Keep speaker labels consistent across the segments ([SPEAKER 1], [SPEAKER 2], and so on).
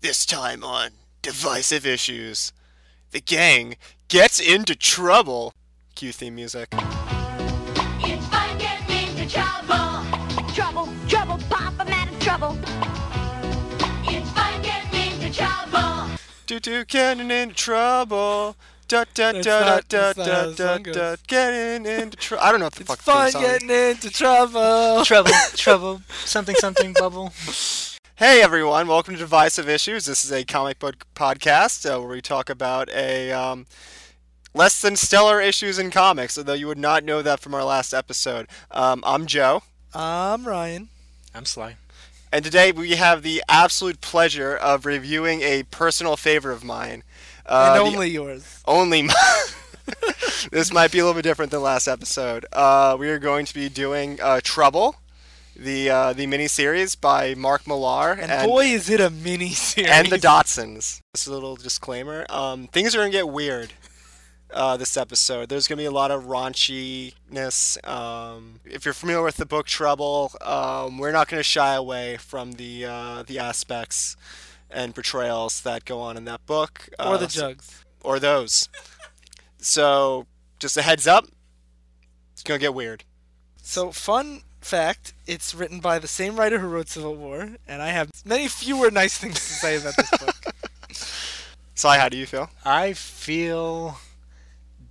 [SPEAKER 1] This time on Divisive Issues. The gang gets into trouble. Cue theme music.
[SPEAKER 2] It's fun getting into trouble.
[SPEAKER 3] Trouble, trouble, pop, I'm out of trouble.
[SPEAKER 2] It's fun getting into trouble.
[SPEAKER 1] Doo doo getting into trouble. Da da da
[SPEAKER 4] That's
[SPEAKER 1] da
[SPEAKER 4] not-
[SPEAKER 1] da
[SPEAKER 4] that's not how
[SPEAKER 1] da
[SPEAKER 4] the
[SPEAKER 1] da
[SPEAKER 4] song
[SPEAKER 1] da.
[SPEAKER 4] goes.
[SPEAKER 1] Getting into trouble. I don't know what the
[SPEAKER 4] It's
[SPEAKER 1] fuck the
[SPEAKER 4] fun
[SPEAKER 1] song.
[SPEAKER 4] getting into trouble.
[SPEAKER 5] Trouble, trouble, something, something, bubble.
[SPEAKER 1] Hey everyone, welcome to Divisive Issues. This is a comic book podcast uh, where we talk about a um, less than stellar issues in comics, although you would not know that from our last episode. Um, I'm Joe,
[SPEAKER 4] I'm Ryan.
[SPEAKER 5] I'm Sly.
[SPEAKER 1] and today we have the absolute pleasure of reviewing a personal favorite of mine. Uh,
[SPEAKER 4] and
[SPEAKER 1] the
[SPEAKER 4] only yours.
[SPEAKER 1] only mi- this might be a little bit different than last episode. Uh, we are going to be doing uh, Trouble, the uh, the miniseries by Mark Millar uh,
[SPEAKER 4] And, boy, is it a mini series.
[SPEAKER 1] and the Dotsons. Just a little disclaimer. Um, things are gonna get weird. Uh, this episode, there's gonna be a lot of raunchiness. Um, if you're familiar with the book Trouble, um, we're not gonna shy away from the uh, the aspects and portrayals that go on in that book,
[SPEAKER 4] or the
[SPEAKER 1] Uh, so-
[SPEAKER 4] jugs.
[SPEAKER 1] or those. so, just a heads up, it's gonna get weird.
[SPEAKER 4] So, fun fact it's written by the same writer who wrote Civil War, and I have many fewer nice things to say about this book.
[SPEAKER 1] Sai, how do you feel?
[SPEAKER 5] I feel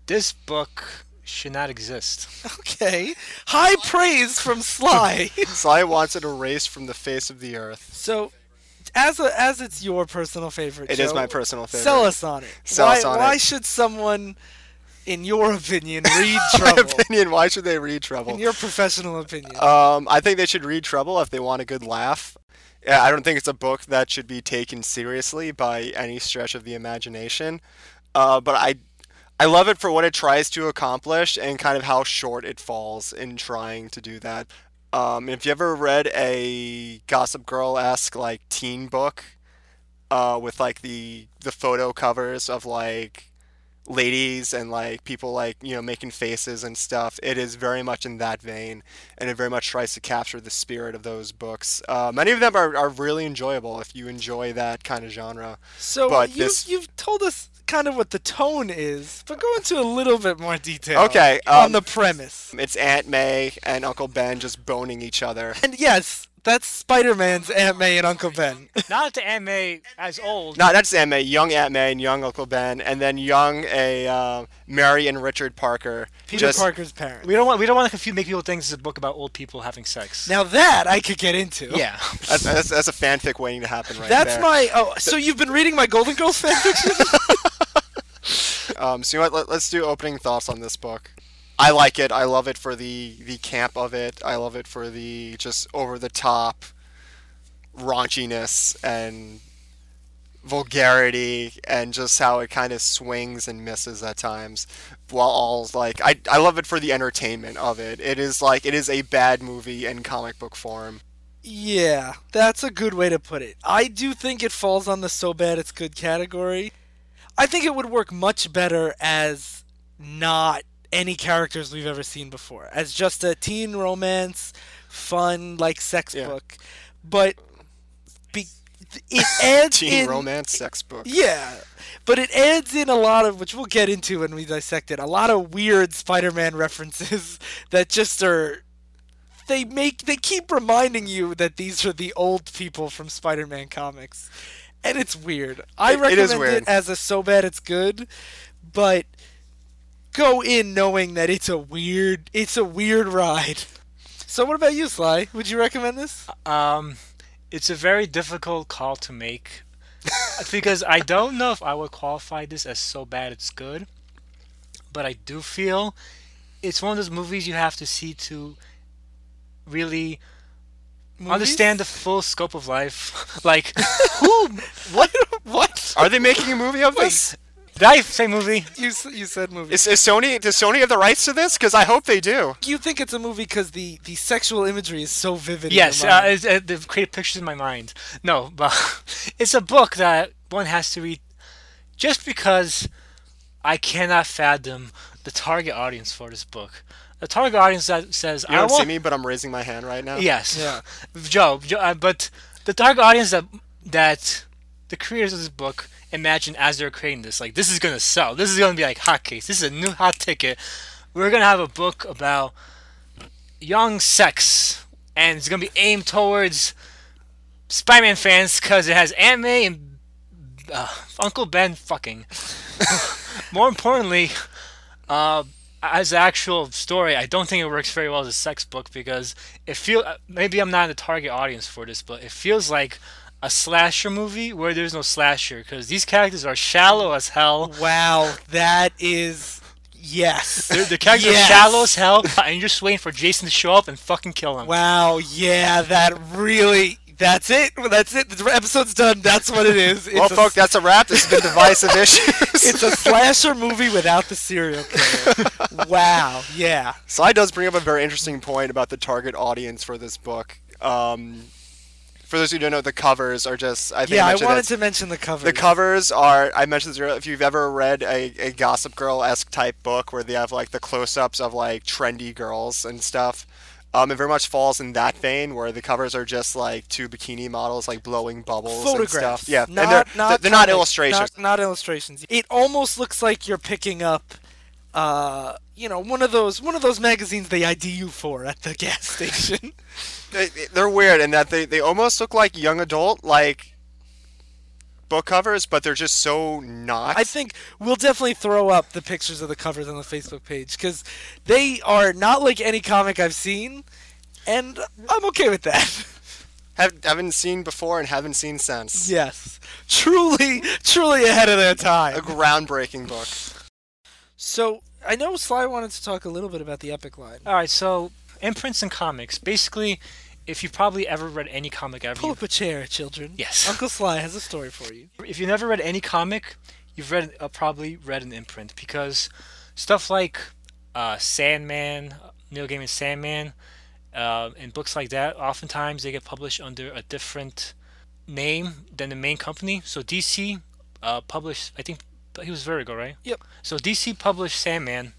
[SPEAKER 5] this book should not exist.
[SPEAKER 4] okay. High praise from Sly.
[SPEAKER 1] Sai wants it erased from the face of the earth.
[SPEAKER 4] so, as a, as it's your personal favorite,
[SPEAKER 1] It is
[SPEAKER 4] Joe,
[SPEAKER 1] my personal favorite.
[SPEAKER 4] Sell us on it.
[SPEAKER 1] Sell
[SPEAKER 4] why,
[SPEAKER 1] us on
[SPEAKER 4] why
[SPEAKER 1] it.
[SPEAKER 4] should someone, in your opinion, read
[SPEAKER 1] My
[SPEAKER 4] Trouble?
[SPEAKER 1] opinion. Why should they read
[SPEAKER 4] in
[SPEAKER 1] Trouble?
[SPEAKER 4] your professional opinion.
[SPEAKER 1] Um, I think they should read Trouble if they want a good laugh. Yeah, I don't think it's a book that should be taken seriously by any stretch of the imagination. Uh, but I, I love it for what it tries to accomplish and kind of how short it falls in trying to do that. Um, if you ever read a Gossip Girl esque like teen book, uh, with like the the photo covers of like ladies and like people like you know making faces and stuff it is very much in that vein and it very much tries to capture the spirit of those books uh, many of them are, are really enjoyable if you enjoy that kind of genre
[SPEAKER 4] So
[SPEAKER 1] But
[SPEAKER 4] you've,
[SPEAKER 1] this-
[SPEAKER 4] you've told us kind of what the tone is, but go into a little bit more detail.
[SPEAKER 1] Okay, um,
[SPEAKER 4] on the premise.
[SPEAKER 1] it's aunt may and uncle ben just boning each other
[SPEAKER 4] And yes, that's Spider-Man's Aunt May and Uncle Ben.
[SPEAKER 5] Not the anime as old.
[SPEAKER 1] no that's aunt may young aunt may and young uncle ben and then young a uh, mary and richard parker
[SPEAKER 4] Peter
[SPEAKER 1] just
[SPEAKER 4] Parker's parents.
[SPEAKER 5] We don't want. We don't want to confuse. Make people think this is a book about old people having sex.
[SPEAKER 4] now that I could get into.
[SPEAKER 5] yeah.
[SPEAKER 1] that's, that's, that's a fanfic waiting to happen right
[SPEAKER 4] That's
[SPEAKER 1] there.
[SPEAKER 4] my oh. So you've been reading my Golden Girls fanfiction?
[SPEAKER 1] Um, so you know what? Let, let's do opening thoughts on this book. I like it. I love it for the the camp of it. I love it for the just over the top raunchiness and vulgarity and just how it kind of swings and misses at times while all like I, I love it for the entertainment of it it is like it is a bad movie in comic book form
[SPEAKER 4] yeah, that's a good way to put it. I do think it falls on the so bad it's good category. I think it would work much better as not any characters we've ever seen before, as just a teen romance, fun like sex
[SPEAKER 1] Yeah.
[SPEAKER 4] book. But be- it adds
[SPEAKER 1] teen
[SPEAKER 4] in,
[SPEAKER 1] romance sex book
[SPEAKER 4] yeah, but it adds in a lot of which we'll get into when we dissect it. A lot of weird Spider-Man references that just are they make they keep reminding you that these are the old people from Spider-Man comics, and it's weird.
[SPEAKER 1] It-
[SPEAKER 4] I
[SPEAKER 1] it
[SPEAKER 4] recommend
[SPEAKER 1] is
[SPEAKER 4] it,
[SPEAKER 1] weird.
[SPEAKER 4] as a so bad it's good, but go in knowing that it's a weird it's a weird ride. So what about you, Sly? Would you recommend this?
[SPEAKER 5] Um, it's a very difficult call to make because I don't know if I would qualify this as so bad it's good, but I do feel it's one of those movies you have to see to really understand the full scope of life. like, who? What?
[SPEAKER 4] what
[SPEAKER 1] are they making a movie of this
[SPEAKER 5] Did I say movie?
[SPEAKER 4] you s- you said movie.
[SPEAKER 1] is, is Sony does Sony have the rights to this because I hope they do
[SPEAKER 4] you think it's a movie because the, the sexual imagery is so vivid. in your
[SPEAKER 5] Yes, uh,
[SPEAKER 4] mind.
[SPEAKER 5] it's, uh, they've created pictures in my mind. No, but it's a book that one has to read just because I cannot fathom the target audience for this book. The target audience that says,
[SPEAKER 1] you
[SPEAKER 5] I
[SPEAKER 1] don't
[SPEAKER 5] want.
[SPEAKER 1] see me but I'm raising my hand right now
[SPEAKER 5] Yes.
[SPEAKER 4] Yeah.
[SPEAKER 5] Joe, Joe uh, but the target audience that, that the creators of this book imagine as they're creating this, like this is gonna sell. This is gonna be like hotcakes. This is a new hot ticket. We're gonna have a book about young sex, and it's gonna be aimed towards Spider-Man fans because it has anime and uh, Uncle Ben fucking. More importantly, uh, as an actual story, I don't think it works very well as a sex book because it feel uh, maybe I'm not the target audience for this, but it feels like a slasher movie where there's no slasher because these characters are shallow as hell.
[SPEAKER 4] Wow, that is yes.
[SPEAKER 5] They're, the characters
[SPEAKER 4] Yes.
[SPEAKER 5] are shallow as hell, and you're just waiting for Jason to show up and fucking kill them.
[SPEAKER 4] Wow, yeah, that really. That's it. That's it. The episode's done. That's what it is. It's
[SPEAKER 1] well,
[SPEAKER 4] a-
[SPEAKER 1] folks, Oh, that's a wrap. This has been divisive issues.
[SPEAKER 4] It's a slasher movie without the serial killer. wow. Yeah.
[SPEAKER 1] Sly does bring up a very interesting point about the target audience for this book. Um, for those who don't know, the covers are just. I think
[SPEAKER 4] Yeah, I
[SPEAKER 1] mentioned
[SPEAKER 4] wanted
[SPEAKER 1] this.
[SPEAKER 4] to mention the cover.
[SPEAKER 1] The covers are. I mentioned this earlier. If you've ever read a, a Gossip Girl esque type book where they have like the close ups of like trendy girls and stuff, um, it very much falls in that vein where the covers are just like two bikini models like blowing bubbles and
[SPEAKER 4] Photographs.
[SPEAKER 1] stuff. Yeah,
[SPEAKER 4] Not,
[SPEAKER 1] and they're, they're,
[SPEAKER 4] not
[SPEAKER 1] they're not
[SPEAKER 4] comic-
[SPEAKER 1] illustrations.
[SPEAKER 4] Not, not illustrations. It almost looks like you're picking up, uh, you know, one of those one of those magazines they ID you for at the gas station.
[SPEAKER 1] They, they're weird in that they, they almost look like young adult like book covers, but they're just so not.
[SPEAKER 4] I think we'll definitely throw up the pictures of the covers on the Facebook page because they are not like any comic I've seen, and I'm okay with that.
[SPEAKER 1] have, haven't seen before and haven't seen since.
[SPEAKER 4] yes, truly, truly ahead of their
[SPEAKER 1] A
[SPEAKER 4] time.
[SPEAKER 1] groundbreaking book.
[SPEAKER 4] So I know Sly wanted to talk a little bit about the epic line.
[SPEAKER 5] All right, so imprints and comics. Basically, if you probably ever read any comic ever,
[SPEAKER 4] Pull
[SPEAKER 5] you
[SPEAKER 4] up a chair, children.
[SPEAKER 5] Yes.
[SPEAKER 4] Uncle Sly has a story for you.
[SPEAKER 5] if you never read any comic, you've read uh, probably read an imprint because stuff like uh, Sandman, Neil Gaiman's Sandman, uh, and books like that, oftentimes they get published under a different name than the main company. So DC uh, published, I think he was Vertigo, right?
[SPEAKER 4] Yep.
[SPEAKER 5] So DC published Sandman,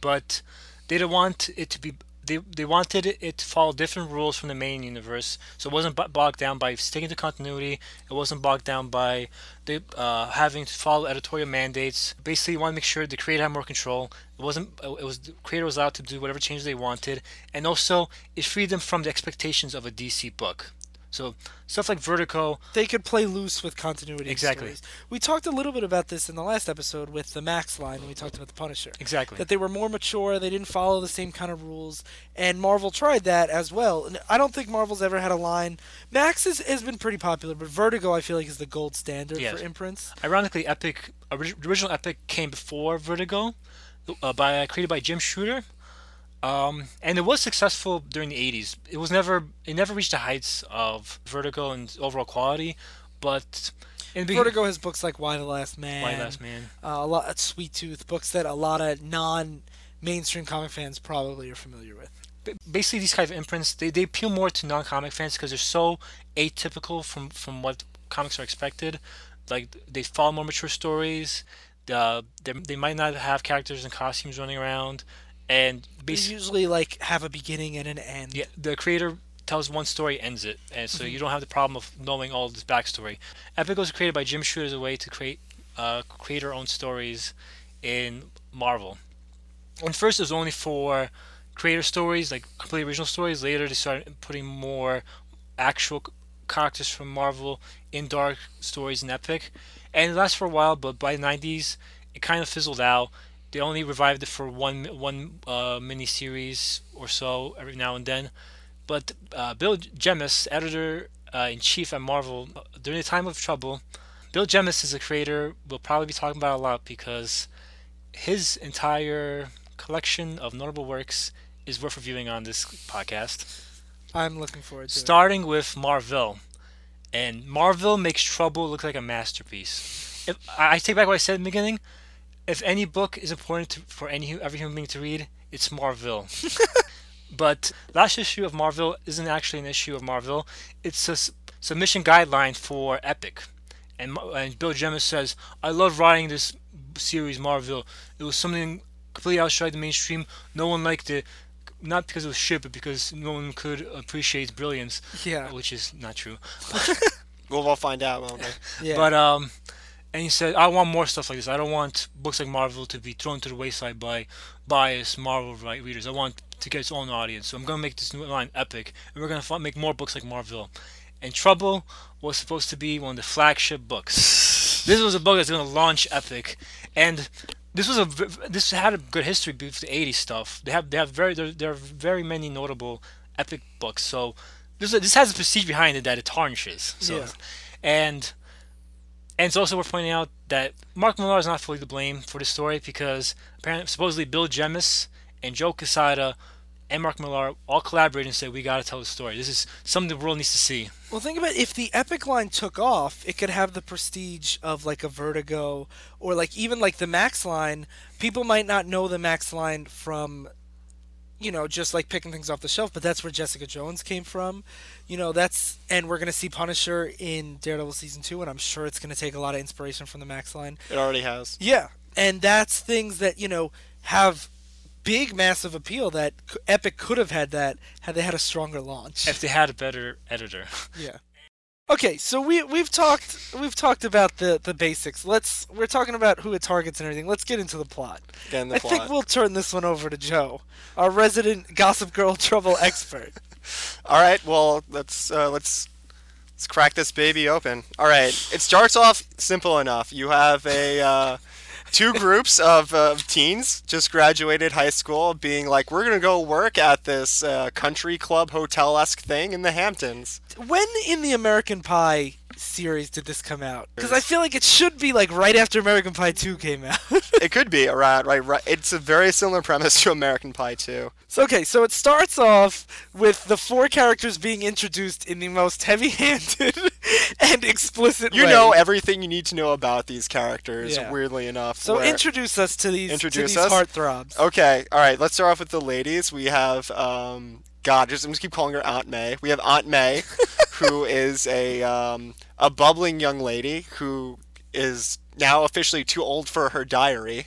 [SPEAKER 5] but they didn't want it to be. They, they wanted it to follow different rules from the main universe, so it wasn't bo- bogged down by sticking to continuity. It wasn't bogged down by the uh, having to follow editorial mandates. Basically, you want to make sure the creator had more control. It wasn't. It was the creator was allowed to do whatever changes they wanted, and also it freed them from the expectations of a DC book. So stuff like Vertigo,
[SPEAKER 4] They could play loose with continuity. of
[SPEAKER 5] Exactly.
[SPEAKER 4] stories. We talked a little bit about this in the last episode with the Max line when we talked about the Punisher.
[SPEAKER 5] exactly.
[SPEAKER 4] that they were more mature, they didn't follow the same kind of rules, and Marvel tried that as well. And I don't think Marvel's ever had a line. Max is, has been pretty popular, but Vertigo I feel like is the gold standard
[SPEAKER 5] Yes.
[SPEAKER 4] for imprints.
[SPEAKER 5] Ironically, Epic orig- the original Epic came before Vertigo, uh, by created by Jim Shooter, um, and it was successful during the '80s. It was never it never reached the heights of Vertigo and overall quality, but in the begin-
[SPEAKER 4] Vertigo has books like Why the Last Man,
[SPEAKER 5] Why Last Man?
[SPEAKER 4] Uh, a lot Sweet Tooth, books that a lot of non mainstream comic fans probably are familiar with.
[SPEAKER 5] ba- basically these kind of imprints they, they appeal more to non-comic fans because they're so atypical from from what comics are expected like they follow more mature stories uh, they, they might not have characters and costumes running around and
[SPEAKER 4] They
[SPEAKER 5] basically
[SPEAKER 4] usually like have a beginning and an end.
[SPEAKER 5] yeah, the creator tells one story ends it and so you don't have the problem of knowing all this backstory epic was created by jim shooter as a way to create uh, create our own stories in marvel and first it was only for creator stories like completely original stories later they started putting more actual c- characters from marvel in dark stories and epic and it lasted for a while but by the 90s it kind of fizzled out they only revived it for one one uh, mini series or so every now and then but uh, Bill Gemmis, editor uh, in chief at Marvel, uh, during a time of trouble, Bill Gemmis is a creator we'll probably be talking about a lot because his entire collection of notable works is worth reviewing on this podcast.
[SPEAKER 4] I'm looking forward to it.
[SPEAKER 5] Starting with Marvel, and Marvel makes trouble look like a masterpiece. If I I take back what I said in the beginning, if any book is important to, for any hu- every human being to read, it's Marvel. but last issue of Marvel isn't actually an issue of Marvel. It's a s- submission guideline for Epic, and Mar- and Bill Gemmis says, "I love writing this series, Marvel. It was something completely outside the mainstream. No one liked it, not because it was shit, but because no one could appreciate its brilliance."
[SPEAKER 4] Yeah.
[SPEAKER 5] which is not true.
[SPEAKER 1] Well, we'll find out, won't we?
[SPEAKER 4] Yeah.
[SPEAKER 5] But um, and he said, I want more stuff like this. I don't want books like Marvel to be thrown to the wayside by biased Marvel right readers. I want to get its own audience. So I'm gonna make this new line epic, and we're gonna fi- make more books like Marvel. And Trouble was supposed to be one of the flagship books. This was a book that's gonna launch Epic, and this was a v- v- this had a good history with the '80s stuff. They have they have very there, there are very many notable Epic books. So this this has a prestige behind it that it tarnishes. So,
[SPEAKER 4] Yeah.
[SPEAKER 5] and and it's also worth pointing out that Mark Millar is not fully to blame for this story because apparently, supposedly Bill Jemis and Joe Quesada and Mark Millar all collaborated and said, "We got to tell the story. This is something the world needs to see."
[SPEAKER 4] Well, think about if the epic line took off, it could have the prestige of like a Vertigo or like even like the Max line. People might not know the Max line from, you know, just like picking things off the shelf, but that's where Jessica Jones came from. You know, that's and we're gonna see Punisher in Daredevil season two, and I'm sure it's gonna take a lot of inspiration from the Max line.
[SPEAKER 1] It already has.
[SPEAKER 4] Yeah, and that's things that you know have big massive appeal that c- Epic could have had that had they had a stronger launch.
[SPEAKER 5] If they had a better editor,
[SPEAKER 4] Yeah. Okay, so we we've talked we've talked about the the basics. Let's we're talking about who it targets and everything. Let's get into the plot.
[SPEAKER 1] Again, the
[SPEAKER 4] I
[SPEAKER 1] plot.
[SPEAKER 4] think we'll turn this one over to Joe, our resident Gossip Girl trouble expert.
[SPEAKER 1] All right. Well, let's uh, let's let's crack this baby open. All right. It starts off simple enough. You have a uh, two groups of uh, teens just graduated high school, being like, "We're gonna go work at this uh, country club hotel esque thing in the Hamptons."
[SPEAKER 4] when in the American Pie series did this come out? Because I feel like it should be like right after American Pie Two came out.
[SPEAKER 1] It could be around right, right. It's a very similar premise to American Pie too.
[SPEAKER 4] so okay, so it starts off with the four characters being introduced in the most heavy-handed and explicit
[SPEAKER 1] You
[SPEAKER 4] way.
[SPEAKER 1] know everything you need to know about these characters.
[SPEAKER 4] Yeah.
[SPEAKER 1] Weirdly enough,
[SPEAKER 4] So
[SPEAKER 1] where-
[SPEAKER 4] introduce us to these
[SPEAKER 1] Introduce
[SPEAKER 4] to
[SPEAKER 1] us?
[SPEAKER 4] these heartthrobs.
[SPEAKER 1] Okay, all right. Let's start off with the ladies. We have um, God. Just, I'm just keep calling her Aunt May. We have Aunt May, who is a um, a bubbling young lady who is now officially too old for her diary,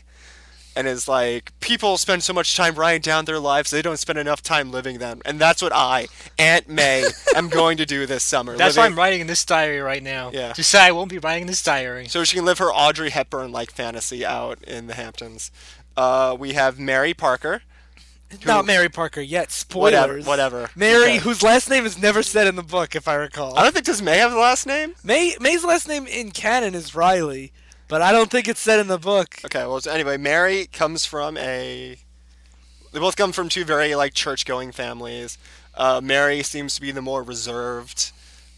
[SPEAKER 1] and is like people spend so much time writing down their lives they don't spend enough time living them, and that's what I, Aunt May, am going to do this summer.
[SPEAKER 5] that's why
[SPEAKER 1] living,
[SPEAKER 5] I'm writing in this diary right now.
[SPEAKER 1] Yeah.
[SPEAKER 5] Just say I won't be writing this diary.
[SPEAKER 1] so she can live her Audrey Hepburn like fantasy out in the Hamptons. Uh, we have Mary Parker.
[SPEAKER 4] Not Mary Parker yet. Spoilers.
[SPEAKER 1] whatever.
[SPEAKER 4] Mary,
[SPEAKER 1] Okay.
[SPEAKER 4] whose last name is never said in the book, if I recall.
[SPEAKER 1] I don't think does May have the last name.
[SPEAKER 4] May May's last name in canon is Riley, but I don't think it's said in the book.
[SPEAKER 1] Okay, well, so anyway, Mary comes from a. They both come from two very like church-going families. Uh, Mary seems to be the more reserved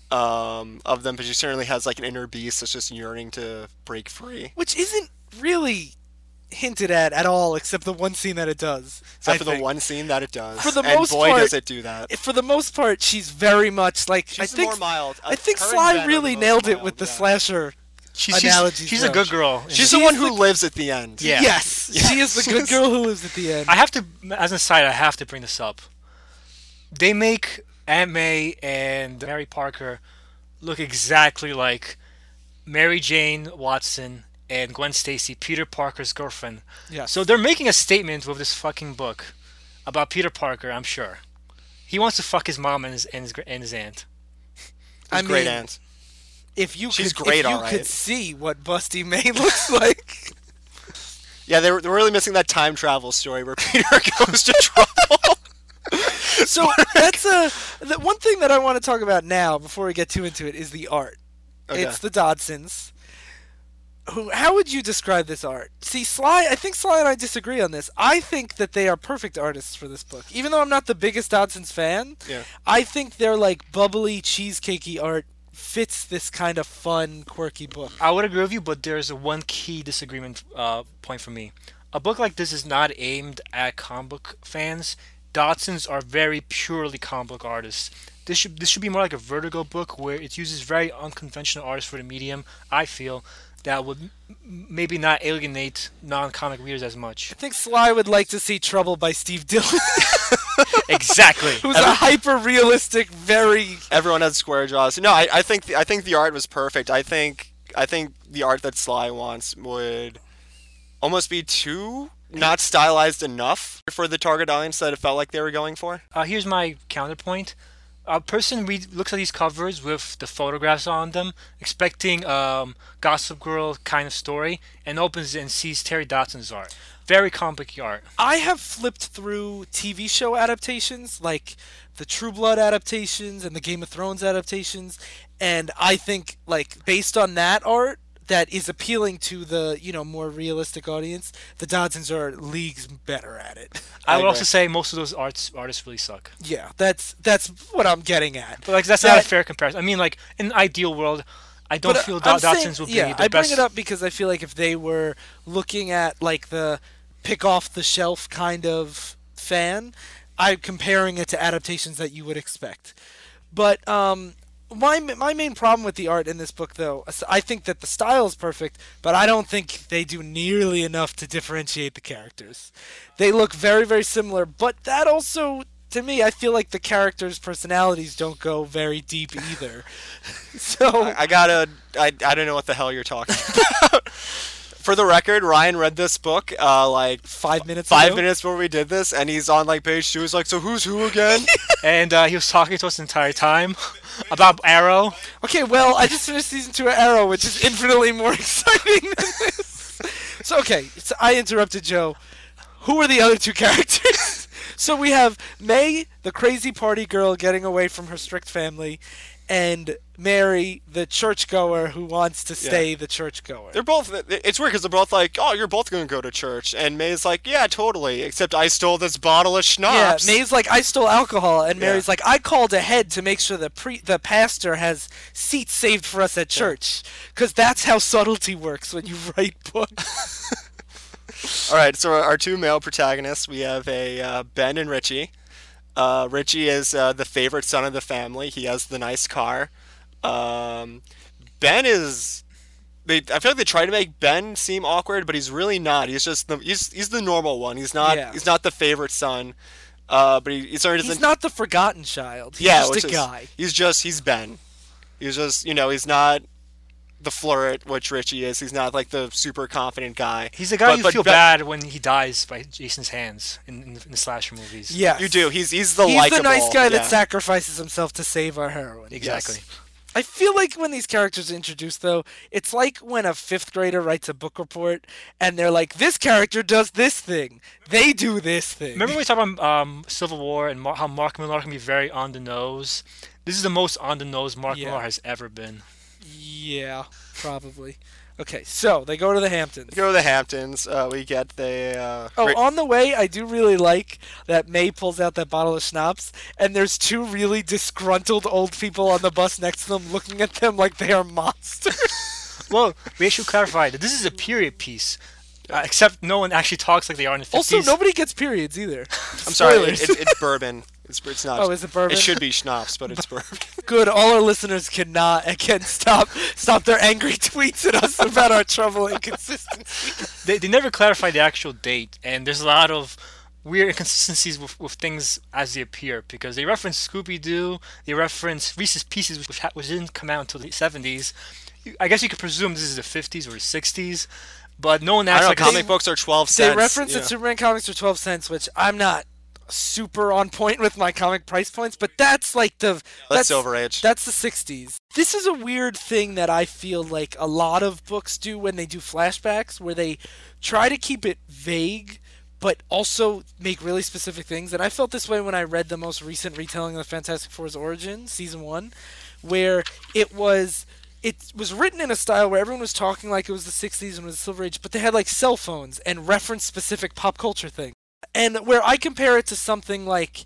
[SPEAKER 1] um, of them, but she certainly has like an inner beast that's just yearning to break free.
[SPEAKER 4] Which isn't really hinted at at all, except the one scene that it does.
[SPEAKER 1] Except
[SPEAKER 4] I
[SPEAKER 1] for the
[SPEAKER 4] think.
[SPEAKER 1] one scene that it does.
[SPEAKER 4] For the
[SPEAKER 1] and
[SPEAKER 4] most
[SPEAKER 1] boy,
[SPEAKER 4] part-
[SPEAKER 1] does it do that.
[SPEAKER 4] For the most part, she's very much like I
[SPEAKER 1] She's
[SPEAKER 4] think.
[SPEAKER 1] more mild.
[SPEAKER 4] I think
[SPEAKER 1] Her and Ben
[SPEAKER 4] Sly
[SPEAKER 1] are the
[SPEAKER 4] really
[SPEAKER 1] most
[SPEAKER 4] nailed it
[SPEAKER 1] mild,
[SPEAKER 4] with the
[SPEAKER 1] yeah.
[SPEAKER 4] slasher.
[SPEAKER 5] She's
[SPEAKER 4] Analogies
[SPEAKER 5] she's, she's a
[SPEAKER 4] work.
[SPEAKER 5] good girl. in
[SPEAKER 1] She's
[SPEAKER 5] this.
[SPEAKER 1] the one who lives at the end.
[SPEAKER 5] Yeah.
[SPEAKER 4] Yes, she is the good girl who lives at the end.
[SPEAKER 5] I have to, as an aside, I have to bring this up. They make Aunt May and Mary Parker look exactly like Mary Jane Watson and Gwen Stacy, Peter Parker's girlfriend.
[SPEAKER 4] Yes.
[SPEAKER 5] So they're making a statement with this fucking book about Peter Parker. I'm sure he wants to fuck his mom and his and his, gr- and his aunt.
[SPEAKER 4] I
[SPEAKER 1] great
[SPEAKER 4] mean,
[SPEAKER 1] aunt.
[SPEAKER 4] if you
[SPEAKER 1] She's
[SPEAKER 4] could,
[SPEAKER 1] great,
[SPEAKER 4] if you
[SPEAKER 1] all right.
[SPEAKER 4] could see what Busty May looks like.
[SPEAKER 1] Yeah, they were, they were really missing that time travel story where Peter goes to trouble.
[SPEAKER 4] So that's a the one thing that I want to talk about now before we get too into it is the art.
[SPEAKER 1] Okay.
[SPEAKER 4] It's the Dodsons. Who? How would you describe this art? See, Sly. I think Sly and I disagree on this. I think that they are perfect artists for this book. Even though I'm not the biggest Dodsons fan,
[SPEAKER 1] Yeah.
[SPEAKER 4] I think their like bubbly, cheesecakey art fits this kind of fun, quirky book.
[SPEAKER 5] I would agree with you, but there's one key disagreement uh, point for me. A book like this is not aimed at comic book fans. Dodsons are very purely comic book artists. This should this should be more like a Vertigo book where it uses very unconventional artists for the medium. I feel that would m- m- maybe not alienate non-comic readers as much.
[SPEAKER 4] I think Sly would like to see Trouble by Steve Dillon.
[SPEAKER 5] exactly.
[SPEAKER 4] It was a hyper realistic, very
[SPEAKER 1] everyone had square jaws. No, I, I think the, I think the art was perfect. I think I think the art that Sly wants would almost be too not stylized enough for the target audience that it felt like they were going for.
[SPEAKER 5] Uh, here's my counterpoint. a person read, looks at these covers with the photographs on them, expecting um, Gossip Girl kind of story, and opens it and sees Terry Dotson's art. Very comic art.
[SPEAKER 4] I have flipped through TV show adaptations like the True Blood adaptations and the Game of Thrones adaptations and I think like based on that art that is appealing to the, you know, more realistic audience, the Dodsons are leagues better at it.
[SPEAKER 5] I, would
[SPEAKER 1] agree.
[SPEAKER 5] also say most of those arts artists really suck.
[SPEAKER 4] Yeah, that's that's what I'm getting at.
[SPEAKER 5] But like that's not a
[SPEAKER 4] That-
[SPEAKER 5] fair comparison. I mean, like in an ideal world, I don't
[SPEAKER 4] But, uh,
[SPEAKER 5] feel
[SPEAKER 4] I'm
[SPEAKER 5] Dot
[SPEAKER 4] saying-
[SPEAKER 5] Dotsons would be
[SPEAKER 4] yeah,
[SPEAKER 5] the
[SPEAKER 4] I
[SPEAKER 5] best.
[SPEAKER 4] bring it up because I feel like if they were looking at like the pick off the shelf kind of fan, I'm comparing it to adaptations that you would expect. But um, my my main problem with the art in this book, though, is I think that the style is perfect, but I don't think they do nearly enough to differentiate the characters. They look very very similar, but that also. To me, I feel like the characters' personalities don't go very deep either. so
[SPEAKER 1] I gotta. I, I don't know what the hell you're talking about. For the record, Ryan read this book uh, like
[SPEAKER 4] five minutes.
[SPEAKER 1] five
[SPEAKER 4] ago?
[SPEAKER 1] minutes before we did this, and he's on like page two. He's like, "So who's who again?"
[SPEAKER 5] And uh, he was talking to us the entire time about Arrow.
[SPEAKER 4] Okay, well, I just finished season two of Arrow, which is infinitely more exciting than this. So okay, so I interrupted Joe. Who are the other two characters? so we have May, the crazy party girl getting away from her strict family, and Mary, the churchgoer who wants to stay the churchgoer.
[SPEAKER 1] they're both. It's weird because they're both like, "Oh, you're both gonna go to church," and May's like, "Yeah, totally." Except I stole this bottle of
[SPEAKER 4] Yeah,
[SPEAKER 1] schnapps.
[SPEAKER 4] May's like, I stole alcohol, and
[SPEAKER 1] Yeah.
[SPEAKER 4] Mary's like, I called ahead to make sure the pre- the pastor has seats saved for us at church, because that's how subtlety works when you write books.
[SPEAKER 1] All right, so our two male protagonists, we have a uh, Ben and Richie. Uh, Richie is uh, the favorite son of the family. He has the nice car. Um, ben is. They, I feel like they try to make Ben seem awkward, but he's really not. He's just the he's, he's the normal one. He's not
[SPEAKER 4] Yeah.
[SPEAKER 1] he's not the favorite son, uh, but he, he certainly doesn't.
[SPEAKER 4] He's not the forgotten child. He's
[SPEAKER 1] yeah,
[SPEAKER 4] just
[SPEAKER 1] which
[SPEAKER 4] a
[SPEAKER 1] is-
[SPEAKER 4] guy.
[SPEAKER 1] He's just he's Ben. He's just you know he's not the flirt which Richie is. He's not like the super confident guy.
[SPEAKER 5] He's the guy
[SPEAKER 1] But-
[SPEAKER 5] you
[SPEAKER 1] but
[SPEAKER 5] feel
[SPEAKER 1] Ben-
[SPEAKER 5] bad when he dies by Jason's hands in, in, the, in the slasher movies.
[SPEAKER 4] Yeah,
[SPEAKER 1] You do. He's he's the
[SPEAKER 4] He's the
[SPEAKER 1] likable.
[SPEAKER 4] nice guy
[SPEAKER 1] yeah.
[SPEAKER 4] that sacrifices himself to save our heroine.
[SPEAKER 5] exactly.
[SPEAKER 4] I feel like when these characters are introduced, though, it's like when a fifth grader writes a book report and they're like, "This character does this thing. They do this thing."
[SPEAKER 5] Remember when we talked about um, Civil War and Mar- how Mark Millar can be very on the nose? This is the most on the nose Mark
[SPEAKER 4] Yeah.
[SPEAKER 5] Millar has ever been.
[SPEAKER 4] Yeah, probably. Okay, so they go to the Hamptons.
[SPEAKER 1] Go to the Hamptons. Uh, we get the. Uh,
[SPEAKER 4] Oh,
[SPEAKER 1] Ri-
[SPEAKER 4] on the way, I do really like that May pulls out that bottle of schnapps, and there's two really disgruntled old people on the bus next to them looking at them like they are monsters.
[SPEAKER 5] Well, we should clarify that this is a period piece, uh, except no one actually talks like they are in the 50s.
[SPEAKER 4] also, nobody gets periods either.
[SPEAKER 1] I'm sorry.
[SPEAKER 4] Spoilers.
[SPEAKER 1] It's, it's bourbon. It's, it's not.
[SPEAKER 4] Oh, is it bourbon?
[SPEAKER 1] It should be schnapps, but it's bourbon.
[SPEAKER 4] Good. All our listeners cannot and can stop stop their angry tweets at us about our trouble and consistency.
[SPEAKER 5] they, they never clarify the actual date, and there's a lot of weird inconsistencies with, with things as they appear because they reference Scooby Doo, they reference Reese's Pieces, which, ha- which didn't come out until the 70s. You, I guess you could presume this is the 50s or 60s, but no one
[SPEAKER 1] I
[SPEAKER 5] acts
[SPEAKER 1] don't know.
[SPEAKER 5] like
[SPEAKER 1] Comic
[SPEAKER 5] it's-
[SPEAKER 1] books are 12
[SPEAKER 4] They
[SPEAKER 1] cents.
[SPEAKER 4] reference
[SPEAKER 1] yeah.
[SPEAKER 4] that Superman comics for twelve cents, which I'm not super on point with my comic price points, but that's like the
[SPEAKER 1] That's Silver Age.
[SPEAKER 4] That's the '60s. This is a weird thing that I feel like a lot of books do when they do flashbacks, where they try to keep it vague. But also make really specific things, and I felt this way when I read the most recent retelling of the Fantastic Four's origin, season one, where it was it was written in a style where everyone was talking like it was the 60s and it was the Silver Age, but they had like cell phones and reference specific pop culture things. And where I compare it to something like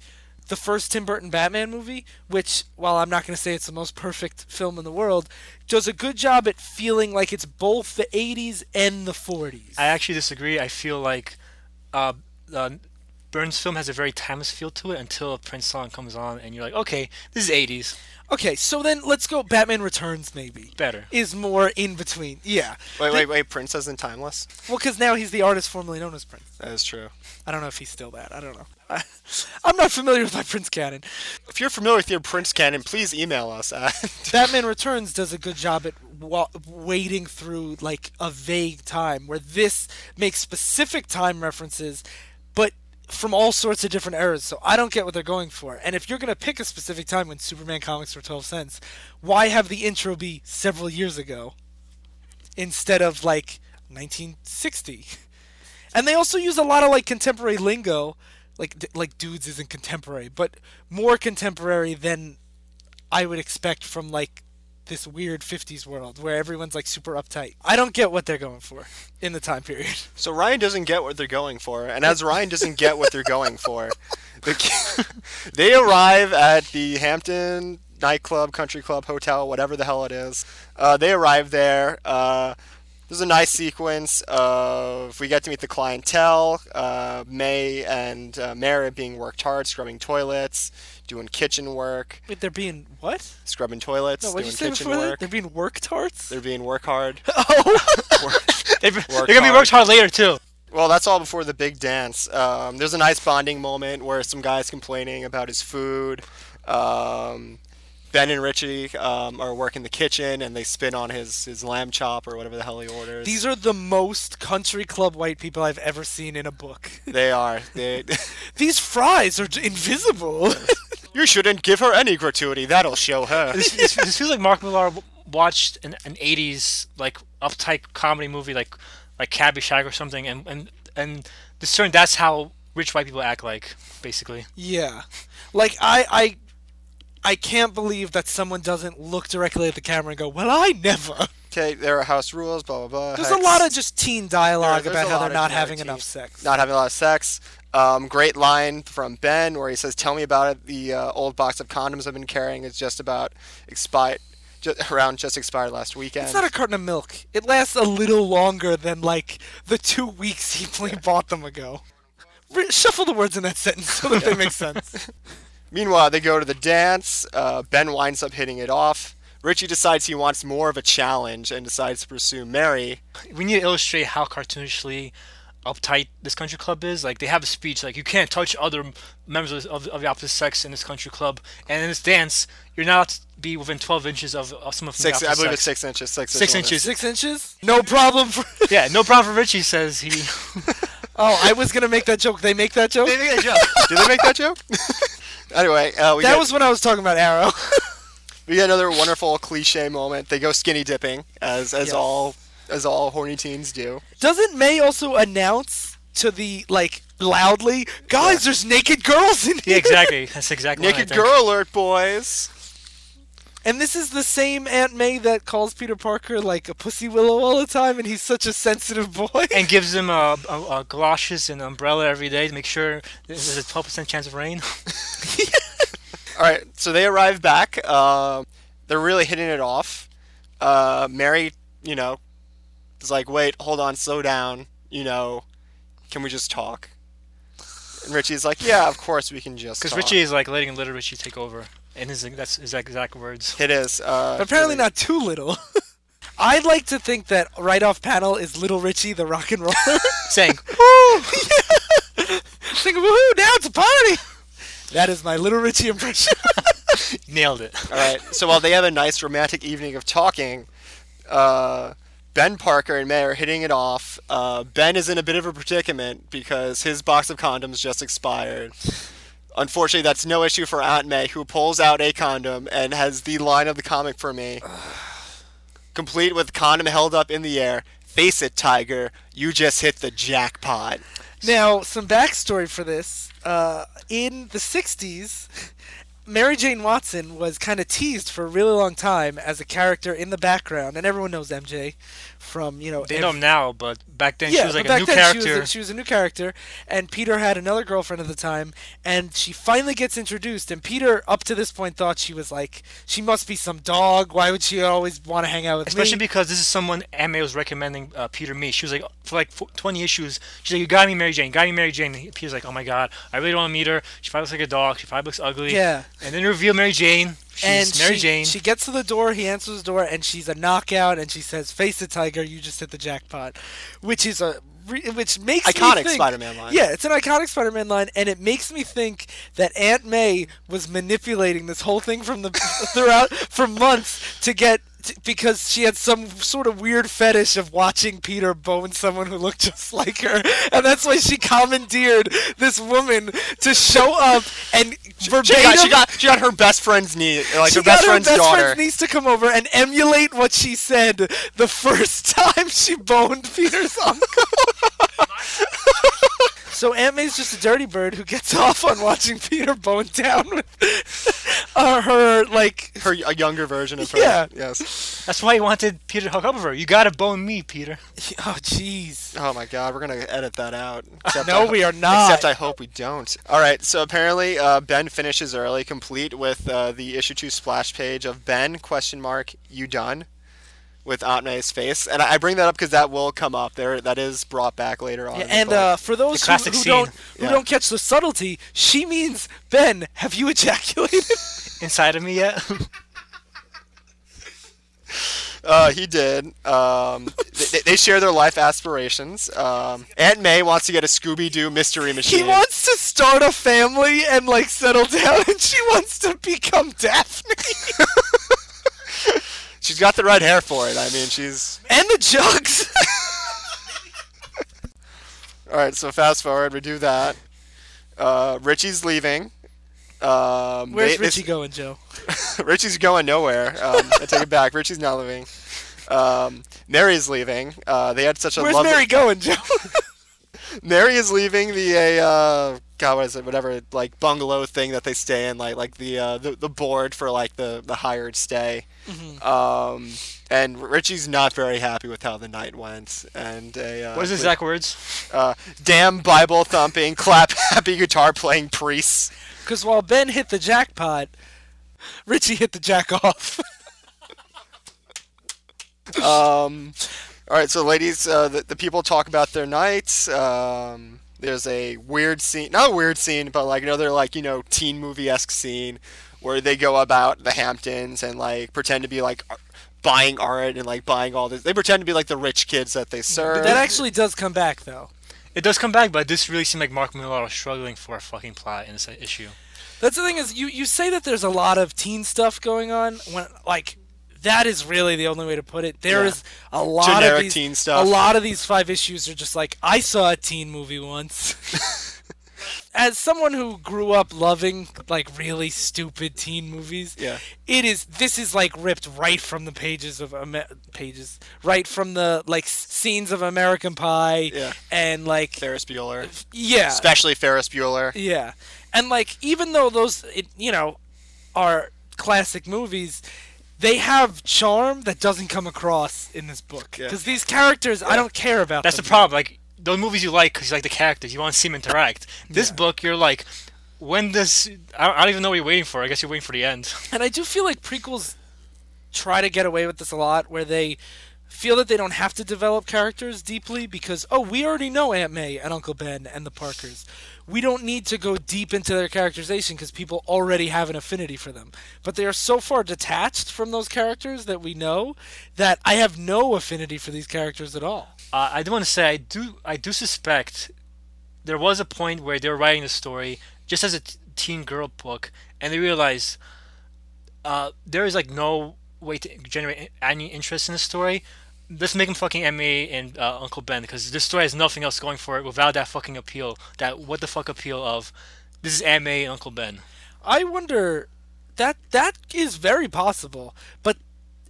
[SPEAKER 4] the first Tim Burton Batman movie, which, while I'm not going to say it's the most perfect film in the world, does a good job at feeling like it's both the 80s and the 40s.
[SPEAKER 5] I actually disagree. I feel like uh, uh, Burns' film has a very timeless feel to it until a Prince song comes on, and you're like, okay, this is 80s,
[SPEAKER 4] okay, so then let's go Batman Returns, maybe.
[SPEAKER 5] better.
[SPEAKER 4] Is more in between. Yeah.
[SPEAKER 1] Wait, wait, wait. Prince isn't timeless.
[SPEAKER 4] Well, because now he's the artist formerly known as Prince.
[SPEAKER 1] That is true.
[SPEAKER 4] I don't know if he's still that. I don't know. I'm not familiar with my Prince canon.
[SPEAKER 1] If you're familiar with your Prince canon, please email us at.
[SPEAKER 4] Batman Returns does a good job at wa- wading through like a vague time where this makes specific time references, but from all sorts of different eras, so I don't get what they're going for. And if you're going to pick a specific time when Superman comics were 12 cents, why have the intro be several years ago instead of like 1960? And they also use a lot of like contemporary lingo, like d- like dudes isn't contemporary, but more contemporary than I would expect from like this weird 50s world where everyone's like super uptight. I don't get what they're going for in the time period.
[SPEAKER 1] So Ryan doesn't get what they're going for, and as Ryan doesn't get what they're going for, the ki- they arrive at the Hampton nightclub, country club, hotel, whatever the hell it is. Uh, they arrive there. Uh, there's a nice sequence of we get to meet the clientele, uh, May and uh, Mara being worked hard, scrubbing toilets, doing kitchen work,
[SPEAKER 4] Wait, they're being what?
[SPEAKER 1] scrubbing toilets,
[SPEAKER 4] No, what
[SPEAKER 1] doing
[SPEAKER 4] did you say
[SPEAKER 1] kitchen
[SPEAKER 4] before that?
[SPEAKER 1] work.
[SPEAKER 4] They're being work tarts?
[SPEAKER 1] They're being work hard.
[SPEAKER 4] oh!
[SPEAKER 1] Work-
[SPEAKER 5] They, they're
[SPEAKER 1] Work
[SPEAKER 5] going to be worked hard later, too.
[SPEAKER 1] Well, that's all before the big dance. Um, there's a nice bonding moment where some guy's complaining about his food. Um, ben and Richie um, are working the kitchen and they spin on his, his lamb chop or whatever the hell he orders.
[SPEAKER 4] These are the most country club white people I've ever seen in a book.
[SPEAKER 1] they are. They,
[SPEAKER 4] These fries are j- invisible.
[SPEAKER 1] you shouldn't give her any gratuity. That'll show her.
[SPEAKER 5] This, this, this feels like Mark Millar w- watched an, an 80s, like, uptight comedy movie, like like Cabbie Shack or something, and, and, and discerned that's how rich white people act like, basically.
[SPEAKER 4] yeah. Like I I I can't believe that someone doesn't look directly at the camera and go, "Well, I never."
[SPEAKER 1] Okay, there are house rules, blah, blah, blah.
[SPEAKER 4] There's
[SPEAKER 1] Hex.
[SPEAKER 4] a lot of just teen dialogue
[SPEAKER 1] There- there's
[SPEAKER 4] about
[SPEAKER 1] a
[SPEAKER 4] how
[SPEAKER 1] lot
[SPEAKER 4] they're
[SPEAKER 1] of
[SPEAKER 4] not
[SPEAKER 1] generic
[SPEAKER 4] having
[SPEAKER 1] teen-
[SPEAKER 4] enough sex.
[SPEAKER 1] Not having a lot of sex. Um, great line from Ben where he says, "Tell me about it. The uh, old box of condoms I've been carrying is just about expired, just, around just expired last weekend."
[SPEAKER 4] It's not a carton of milk. It lasts a little longer than like the two weeks he only bought them ago. Re- shuffle the words in that sentence so that they make sense.
[SPEAKER 1] Meanwhile, they go to the dance. Uh, ben winds up hitting it off. Richie decides he wants more of a challenge and decides to pursue Mary.
[SPEAKER 5] we need to illustrate how cartoonishly uptight this country club is. Like they have a speech like you can't touch other m- members of, of, of the opposite sex in this country club, and in this dance you're not allowed to be within 12 inches of, of someone from
[SPEAKER 1] Six,
[SPEAKER 5] the
[SPEAKER 1] I
[SPEAKER 5] opposite
[SPEAKER 1] believe it's
[SPEAKER 5] sex.
[SPEAKER 1] six inches. Six,
[SPEAKER 5] Six
[SPEAKER 1] is what it
[SPEAKER 5] inches.
[SPEAKER 1] is.
[SPEAKER 4] Six inches? No problem for.
[SPEAKER 5] Yeah, no problem for Richie says he.
[SPEAKER 4] Oh, I was gonna make that joke. They make that joke.
[SPEAKER 5] They make that joke.
[SPEAKER 1] Did they make that joke? anyway, uh, we
[SPEAKER 4] That
[SPEAKER 1] get,
[SPEAKER 4] was when I was talking about Arrow.
[SPEAKER 1] we get another wonderful cliche moment. They go skinny dipping, as as
[SPEAKER 4] Yes.
[SPEAKER 1] all as all horny teens do.
[SPEAKER 4] Doesn't May also announce to the like loudly, guys? There's naked girls in here.
[SPEAKER 5] yeah, exactly. That's exactly.
[SPEAKER 1] Naked girl alert, boys.
[SPEAKER 4] And this is the same Aunt May that calls Peter Parker like a pussy willow all the time, and he's such a sensitive boy.
[SPEAKER 5] And gives him uh, uh, uh, galoshes and umbrella every day to make sure there's a 12% chance of rain.
[SPEAKER 1] All right, so they arrive back. Um they're really hitting it off. Uh, Mary, you know, is like, "Wait, hold on, slow down. You know, can we just talk?" And Richie's like, "Yeah, of course we can just."
[SPEAKER 5] Because
[SPEAKER 1] talk."
[SPEAKER 5] Richie is like letting little Richie take over. And his, that's his exact words.
[SPEAKER 1] it is uh,
[SPEAKER 4] Apparently
[SPEAKER 1] really-
[SPEAKER 4] not too little. I'd like to think that right off panel is Little Richie the rock and roller.
[SPEAKER 5] Saying,
[SPEAKER 4] Woo! Think of woohoo! Now it's a party. That is my Little Richie impression.
[SPEAKER 5] nailed it.
[SPEAKER 1] All right, so while they have a nice romantic evening of talking, uh, Ben Parker and May are hitting it off. Uh, ben is in a bit of a predicament because his box of condoms just expired. Unfortunately, that's no issue for Aunt May, who pulls out a condom and has the line of the comic for me, complete with condom held up in the air. Face it, Tiger, you just hit the jackpot.
[SPEAKER 4] Now, some backstory for this. Uh, in the 60s, Mary Jane Watson was kind of teased for a really long time as a character in the background, and everyone knows MJ from, you know,
[SPEAKER 5] They
[SPEAKER 4] ev-
[SPEAKER 5] know him now, but back then
[SPEAKER 4] yeah,
[SPEAKER 5] she was like
[SPEAKER 4] but
[SPEAKER 5] a
[SPEAKER 4] back
[SPEAKER 5] new
[SPEAKER 4] then
[SPEAKER 5] character.
[SPEAKER 4] She was, a, she was a new character, and Peter had another girlfriend at the time, and she finally gets introduced. And Peter, up to this point, thought she was like, she must be some dog. Why would she always want to hang out with
[SPEAKER 5] Especially
[SPEAKER 4] me?
[SPEAKER 5] because this is someone Anne May was recommending uh, Peter meet. She was like, for like fo- 20 issues, she's like, you got me Mary Jane, got me Mary Jane. And he- Peter's like, oh my god, I really don't want to meet her. She probably looks like a dog. She probably looks ugly.
[SPEAKER 4] Yeah.
[SPEAKER 5] And then reveal Mary Jane. She's
[SPEAKER 4] and
[SPEAKER 5] Mary
[SPEAKER 4] she,
[SPEAKER 5] Jane.
[SPEAKER 4] she gets to the door, he answers the door, and she's a knockout, and she says, "Face it, Tiger, you just hit the jackpot," which is a re- which makes me
[SPEAKER 1] Iconic
[SPEAKER 4] think,
[SPEAKER 1] Spider-Man line.
[SPEAKER 4] Yeah, it's an iconic Spider-Man line, and it makes me think that Aunt May was manipulating this whole thing from the throughout for months to get t- because she had some sort of weird fetish of watching Peter bone someone who looked just like her, and that's why she commandeered this woman to show up and
[SPEAKER 1] She
[SPEAKER 4] verbatim.
[SPEAKER 1] got, she got she got her best friend's niece, like
[SPEAKER 4] she
[SPEAKER 1] her best
[SPEAKER 4] got
[SPEAKER 1] friend's daughter.
[SPEAKER 4] niece to come over and emulate what she said the first time she boned Peter's uncle. so Aunt May's just a dirty bird who gets off on watching Peter bone down with uh, her like
[SPEAKER 1] her a younger version of her.
[SPEAKER 4] Yeah.
[SPEAKER 1] Yes.
[SPEAKER 5] That's why you wanted Peter to hook up with her. You gotta bone me, Peter.
[SPEAKER 4] oh jeez.
[SPEAKER 1] Oh my God, we're gonna edit that out. Except
[SPEAKER 4] No,
[SPEAKER 1] I-
[SPEAKER 4] we are not.
[SPEAKER 1] Except I hope we don't. All right. So apparently, uh, Ben finishes early, complete with uh, the issue two splash page of Ben question mark You done? With Aunt May's face, and I I bring that up because that will come up there. That is brought back later on. in the
[SPEAKER 4] and
[SPEAKER 1] book.
[SPEAKER 4] uh, for those who,
[SPEAKER 5] The classic
[SPEAKER 4] who
[SPEAKER 5] scene.
[SPEAKER 4] don't who
[SPEAKER 1] Yeah.
[SPEAKER 4] don't catch the subtlety, she means Ben. Have you ejaculated?
[SPEAKER 5] Inside of me yet?
[SPEAKER 1] Uh, he did. Um, they, they share their life aspirations. Um, Aunt May wants to get a Scooby Doo mystery machine.
[SPEAKER 4] He wants to start a family and like settle down, and she wants to become Daphne.
[SPEAKER 1] She's got the right hair for it. I mean, she's
[SPEAKER 4] and the jugs.
[SPEAKER 1] All right, so fast forward, we do that. Uh, Richie's leaving. Um,
[SPEAKER 4] Where's
[SPEAKER 1] they- this-
[SPEAKER 4] Richie going, Joe?
[SPEAKER 1] Richie's going nowhere. Um, I take it back. Richie's not leaving. Um, Mary's leaving. Uh, they had such a
[SPEAKER 4] Where's
[SPEAKER 1] lovely.
[SPEAKER 4] Mary going, Joe?
[SPEAKER 1] Mary is leaving the uh, uh, God, what is it? Whatever, like bungalow thing that they stay in, like like the uh, the, the board for like the the hired stay.
[SPEAKER 4] Mm-hmm.
[SPEAKER 1] Um, and Richie's not very happy with how the night went. And a, uh,
[SPEAKER 5] What is his
[SPEAKER 1] with-
[SPEAKER 5] exact words?
[SPEAKER 1] uh, damn Bible thumping, clap happy guitar playing priests.
[SPEAKER 4] Because while Ben hit the jackpot, Richie hit the jack off.
[SPEAKER 1] Um, all right, so ladies, uh, the, the people talk about their nights. Um, there's a weird scene, not a weird scene, but like another like you know teen movie esque scene where they go about the Hamptons and like pretend to be like ar- buying art and like buying all this. They pretend to be like the rich kids that they serve.
[SPEAKER 4] that actually does come back, though.
[SPEAKER 5] It does come back, but this really seemed like Mark Millar was struggling for a fucking plot in this issue.
[SPEAKER 4] That's the thing is, you you say that there's a lot of teen stuff going on when like. That is really the only way to put it. There
[SPEAKER 1] Yeah.
[SPEAKER 4] is a lot of
[SPEAKER 1] Generic
[SPEAKER 4] these,
[SPEAKER 1] teen stuff.
[SPEAKER 4] A lot of these five issues are just like I saw a teen movie once. As someone who grew up loving like really stupid teen movies,
[SPEAKER 1] Yeah.
[SPEAKER 4] it is. This is like ripped right from the pages of Amer- pages, right from the like s- scenes of American Pie,
[SPEAKER 1] Yeah.
[SPEAKER 4] and like
[SPEAKER 1] Ferris Bueller,
[SPEAKER 4] yeah,
[SPEAKER 1] especially Ferris Bueller.
[SPEAKER 4] yeah, and like even though those it, you know are classic movies, they have charm that doesn't come across in this book
[SPEAKER 1] Yeah.
[SPEAKER 4] because these characters I don't care about.
[SPEAKER 5] That's the
[SPEAKER 4] them.
[SPEAKER 5] problem. Like those movies you like because you like the characters, you want to see them interact. This book, you're like, when does I don't, I don't even know what you're waiting for. I guess you're waiting for the end.
[SPEAKER 4] And I do feel like prequels try to get away with this a lot, where they feel that they don't have to develop characters deeply because oh, we already know Aunt May and Uncle Ben and the Parkers. We don't need to go deep into their characterization because people already have an affinity for them. But they are so far detached from those characters that we know that I have no affinity for these characters at all.
[SPEAKER 5] Uh, I do want to say I do I do suspect there was a point where they were writing the story just as a t- teen girl book, and they realized uh, there is like no way to generate any interest in the story. Let's make him fucking Emmy and uh, Uncle Ben because this story has nothing else going for it without that fucking appeal. That what the fuck appeal of this is Aunt May and Uncle Ben.
[SPEAKER 4] I wonder that that is very possible, but.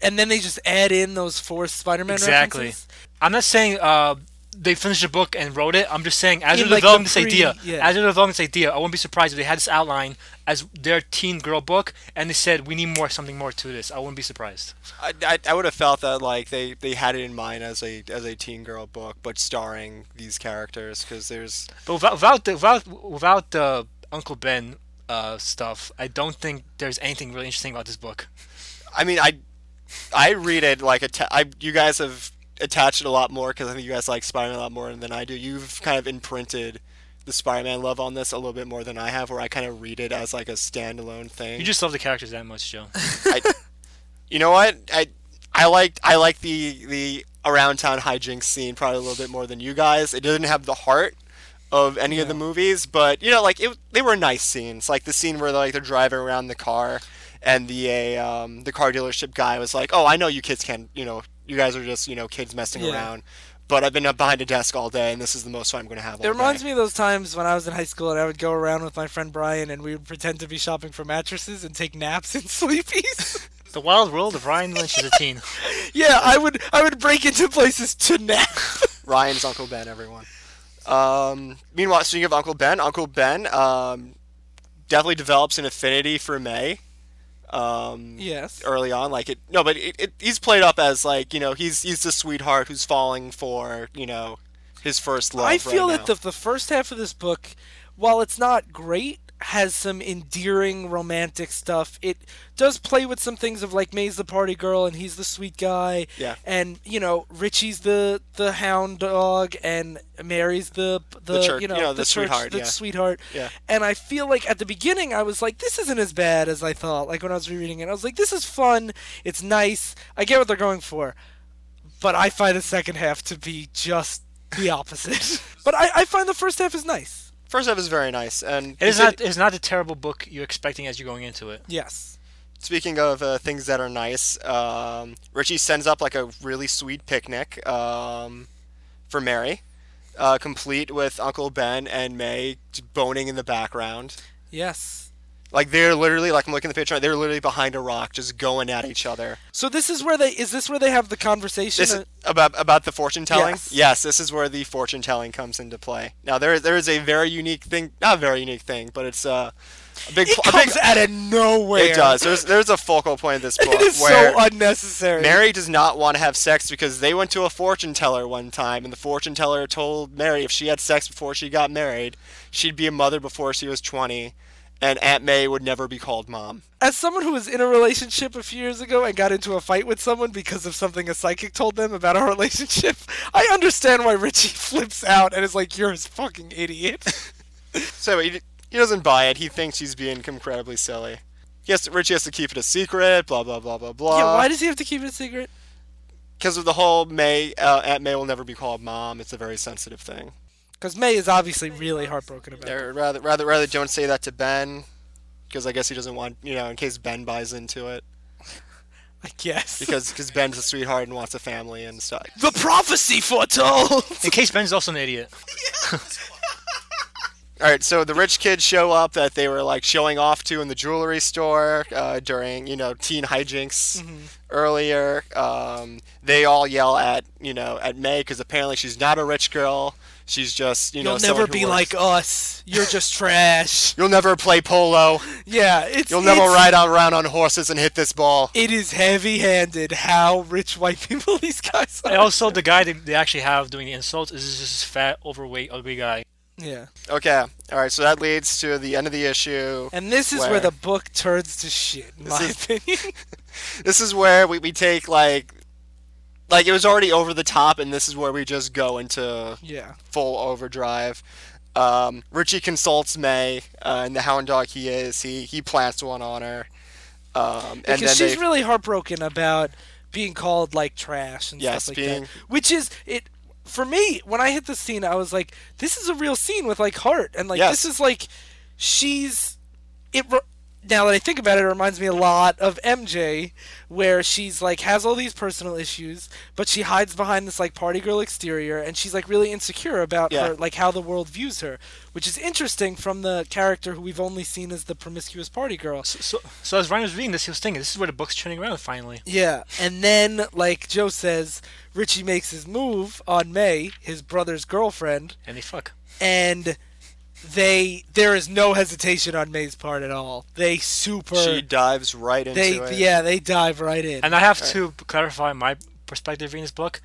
[SPEAKER 4] And then they just add in those four Spider-Man
[SPEAKER 5] Exactly.
[SPEAKER 4] references.
[SPEAKER 5] I'm not saying uh, they finished the book and wrote it. I'm just saying as
[SPEAKER 4] In,
[SPEAKER 5] they're
[SPEAKER 4] like, the
[SPEAKER 5] developing this
[SPEAKER 4] pre-
[SPEAKER 5] idea,
[SPEAKER 4] yeah.
[SPEAKER 5] as they're developing this idea, I wouldn't be surprised if they had this outline as their teen girl book and they said we need more, something more to this. I wouldn't be surprised.
[SPEAKER 1] I, I, I would have felt that like they, they had it in mind as a as a teen girl book, but starring these characters because there's
[SPEAKER 5] But without without the, without, without the Uncle Ben uh, stuff, I don't think there's anything really interesting about this book.
[SPEAKER 1] I mean, I I read it like atta- I, you guys have attached it a lot more because I think you guys like Spider-Man a lot more than I do. You've kind of imprinted the Spider-Man love on this a little bit more than I have, where I kind of read it as like a standalone thing.
[SPEAKER 5] You just love the characters that much, Joe.
[SPEAKER 1] I, you know what? I I liked I like the the around town hijinks scene probably a little bit more than you guys. It didn't have the heart of any of the movies, but you know, like it, they were nice scenes. Like the scene where like they're driving around the car and the uh, um, the car dealership guy was like, "Oh, I know you kids can't. You know, you guys are just you know kids messing
[SPEAKER 4] Yeah.
[SPEAKER 1] around." But I've been up behind a desk all day, and this is the most fun I'm going to have.
[SPEAKER 4] It reminds me of those times when I was in high school and I would go around with my friend Brian and we would pretend to be shopping for mattresses and take naps in sleepies.
[SPEAKER 5] The Wild World of Ryan Lynch is a teen.
[SPEAKER 4] yeah, I would I would break into places to nap.
[SPEAKER 1] Ryan's Uncle Ben, everyone. Um, meanwhile, speaking of Uncle Ben, Uncle Ben um, definitely develops an affinity for May. Um,
[SPEAKER 4] yes.
[SPEAKER 1] Early on, like it, no, but it, it, he's played up as like you know he's he's the sweetheart who's falling for you know his first love.
[SPEAKER 4] I
[SPEAKER 1] right
[SPEAKER 4] feel
[SPEAKER 1] now.
[SPEAKER 4] that the the first half of this book, while it's not great, has some endearing romantic stuff. It does play with some things of like May's the party girl and he's the sweet guy.
[SPEAKER 1] Yeah.
[SPEAKER 4] And you know Richie's the the hound dog and Mary's the the,
[SPEAKER 1] The church-
[SPEAKER 4] you know,
[SPEAKER 1] you know, the
[SPEAKER 4] the, church-
[SPEAKER 1] sweetheart,
[SPEAKER 4] the
[SPEAKER 1] yeah.
[SPEAKER 4] sweetheart.
[SPEAKER 1] Yeah.
[SPEAKER 4] And I feel like at the beginning I was like this isn't as bad as I thought. Like when I was rereading it, I was like this is fun. It's nice. I get what they're going for but I find the second half to be just the opposite. but I, I find the first half is nice.
[SPEAKER 1] first half is very nice, and
[SPEAKER 5] It is
[SPEAKER 1] it-
[SPEAKER 5] not. It's not the terrible book you're expecting as you're going into it.
[SPEAKER 4] Yes.
[SPEAKER 1] Speaking of uh, things that are nice, um, Richie sends up like a really sweet picnic um, for Mary, uh, complete with Uncle Ben and May j- boning in the background.
[SPEAKER 4] Yes.
[SPEAKER 1] Like they're literally like I'm looking at the picture. They're literally behind a rock, just going at each other.
[SPEAKER 4] So this is where they is this where they have the conversation?
[SPEAKER 1] This about about the fortune telling.
[SPEAKER 4] Yes.
[SPEAKER 1] this is where the fortune telling comes into play. Now there there is a very unique thing, not a very unique thing, but it's uh, a big.
[SPEAKER 4] it
[SPEAKER 1] pl- a big-
[SPEAKER 4] comes out of nowhere.
[SPEAKER 1] it does. There's there's a focal point in this book
[SPEAKER 4] It is
[SPEAKER 1] where
[SPEAKER 4] so unnecessary.
[SPEAKER 1] Mary does not want to have sex because they went to a fortune teller one time, and the fortune teller told Mary if she had sex before she got married, she'd be a mother before she was 20, and Aunt May would never be called mom.
[SPEAKER 4] As someone who was in a relationship a few years ago and got into a fight with someone because of something a psychic told them about our relationship, I understand why Richie flips out and is like, "You're a fucking idiot."
[SPEAKER 1] So he, he doesn't buy it. He thinks he's being incredibly silly. He has to, Richie has to keep it a secret, blah, blah, blah, blah, blah.
[SPEAKER 4] yeah. Why does he have to keep it a secret?
[SPEAKER 1] Because of the whole May, uh, Aunt May will never be called mom. It's a very sensitive thing.
[SPEAKER 4] Because May is obviously really heartbroken about. it.
[SPEAKER 1] Or rather, rather, rather don't say that to Ben, because I guess he doesn't want, you know, in case Ben buys into it.
[SPEAKER 4] I guess.
[SPEAKER 1] Because cause Ben's a sweetheart and wants a family and stuff.
[SPEAKER 4] The prophecy foretold.
[SPEAKER 5] In case Ben's also an idiot.
[SPEAKER 1] All right, so the rich kids show up that they were like showing off to in the jewelry store uh, during you know teen hijinks
[SPEAKER 4] Mm-hmm.
[SPEAKER 1] earlier. Um, they all yell at you know at May because apparently she's not a rich girl. She's just you know
[SPEAKER 4] You'll
[SPEAKER 1] someone
[SPEAKER 4] never
[SPEAKER 1] who
[SPEAKER 4] be
[SPEAKER 1] works.
[SPEAKER 4] like us. You're just trash.
[SPEAKER 1] you'll never play polo.
[SPEAKER 4] Yeah, it's
[SPEAKER 1] You'll never
[SPEAKER 4] it's-
[SPEAKER 1] ride around on horses and hit this ball.
[SPEAKER 4] It is heavy-handed how rich white people these guys
[SPEAKER 5] And
[SPEAKER 4] are.
[SPEAKER 5] also, the guy they, they actually have doing the insults is just this fat, overweight, ugly guy.
[SPEAKER 4] Yeah,
[SPEAKER 1] Okay, all right, so that leads to the end of the issue.
[SPEAKER 4] and this is where,
[SPEAKER 1] Where?
[SPEAKER 4] the book turns to shit, in my
[SPEAKER 1] is-
[SPEAKER 4] opinion.
[SPEAKER 1] this is where we, we take like like it was already over the top, and this is where we just go into
[SPEAKER 4] yeah,
[SPEAKER 1] full overdrive. Um, Richie consults May, uh, and the hound dog he is, he he plants one on her. Um, and then
[SPEAKER 4] because she's
[SPEAKER 1] they,
[SPEAKER 4] really heartbroken about being called like trash and
[SPEAKER 1] Yes,
[SPEAKER 4] stuff like
[SPEAKER 1] being-
[SPEAKER 4] that. Which is it for me when I hit the scene, I was like, this is a real scene with like heart, and like
[SPEAKER 1] Yes.
[SPEAKER 4] this is like she's it. Re- now that I think about it, it reminds me a lot of MJ, where she's like has all these personal issues, but she hides behind this like party girl exterior, and she's like really insecure about
[SPEAKER 1] Yeah.
[SPEAKER 4] her like how the world views her, which is interesting from the character who we've only seen as the promiscuous party girl.
[SPEAKER 5] So, so as Ryan was reading this, he was thinking, "This is where the book's turning around finally."
[SPEAKER 4] Yeah, and then like Joe says, Richie makes his move on May, his brother's girlfriend,
[SPEAKER 5] And they fuck.
[SPEAKER 4] and they there is no hesitation on May's part at all. They super
[SPEAKER 1] she dives right into
[SPEAKER 4] they
[SPEAKER 1] it.
[SPEAKER 4] yeah they dive right in.
[SPEAKER 5] And I have to clarify my perspective reading this book,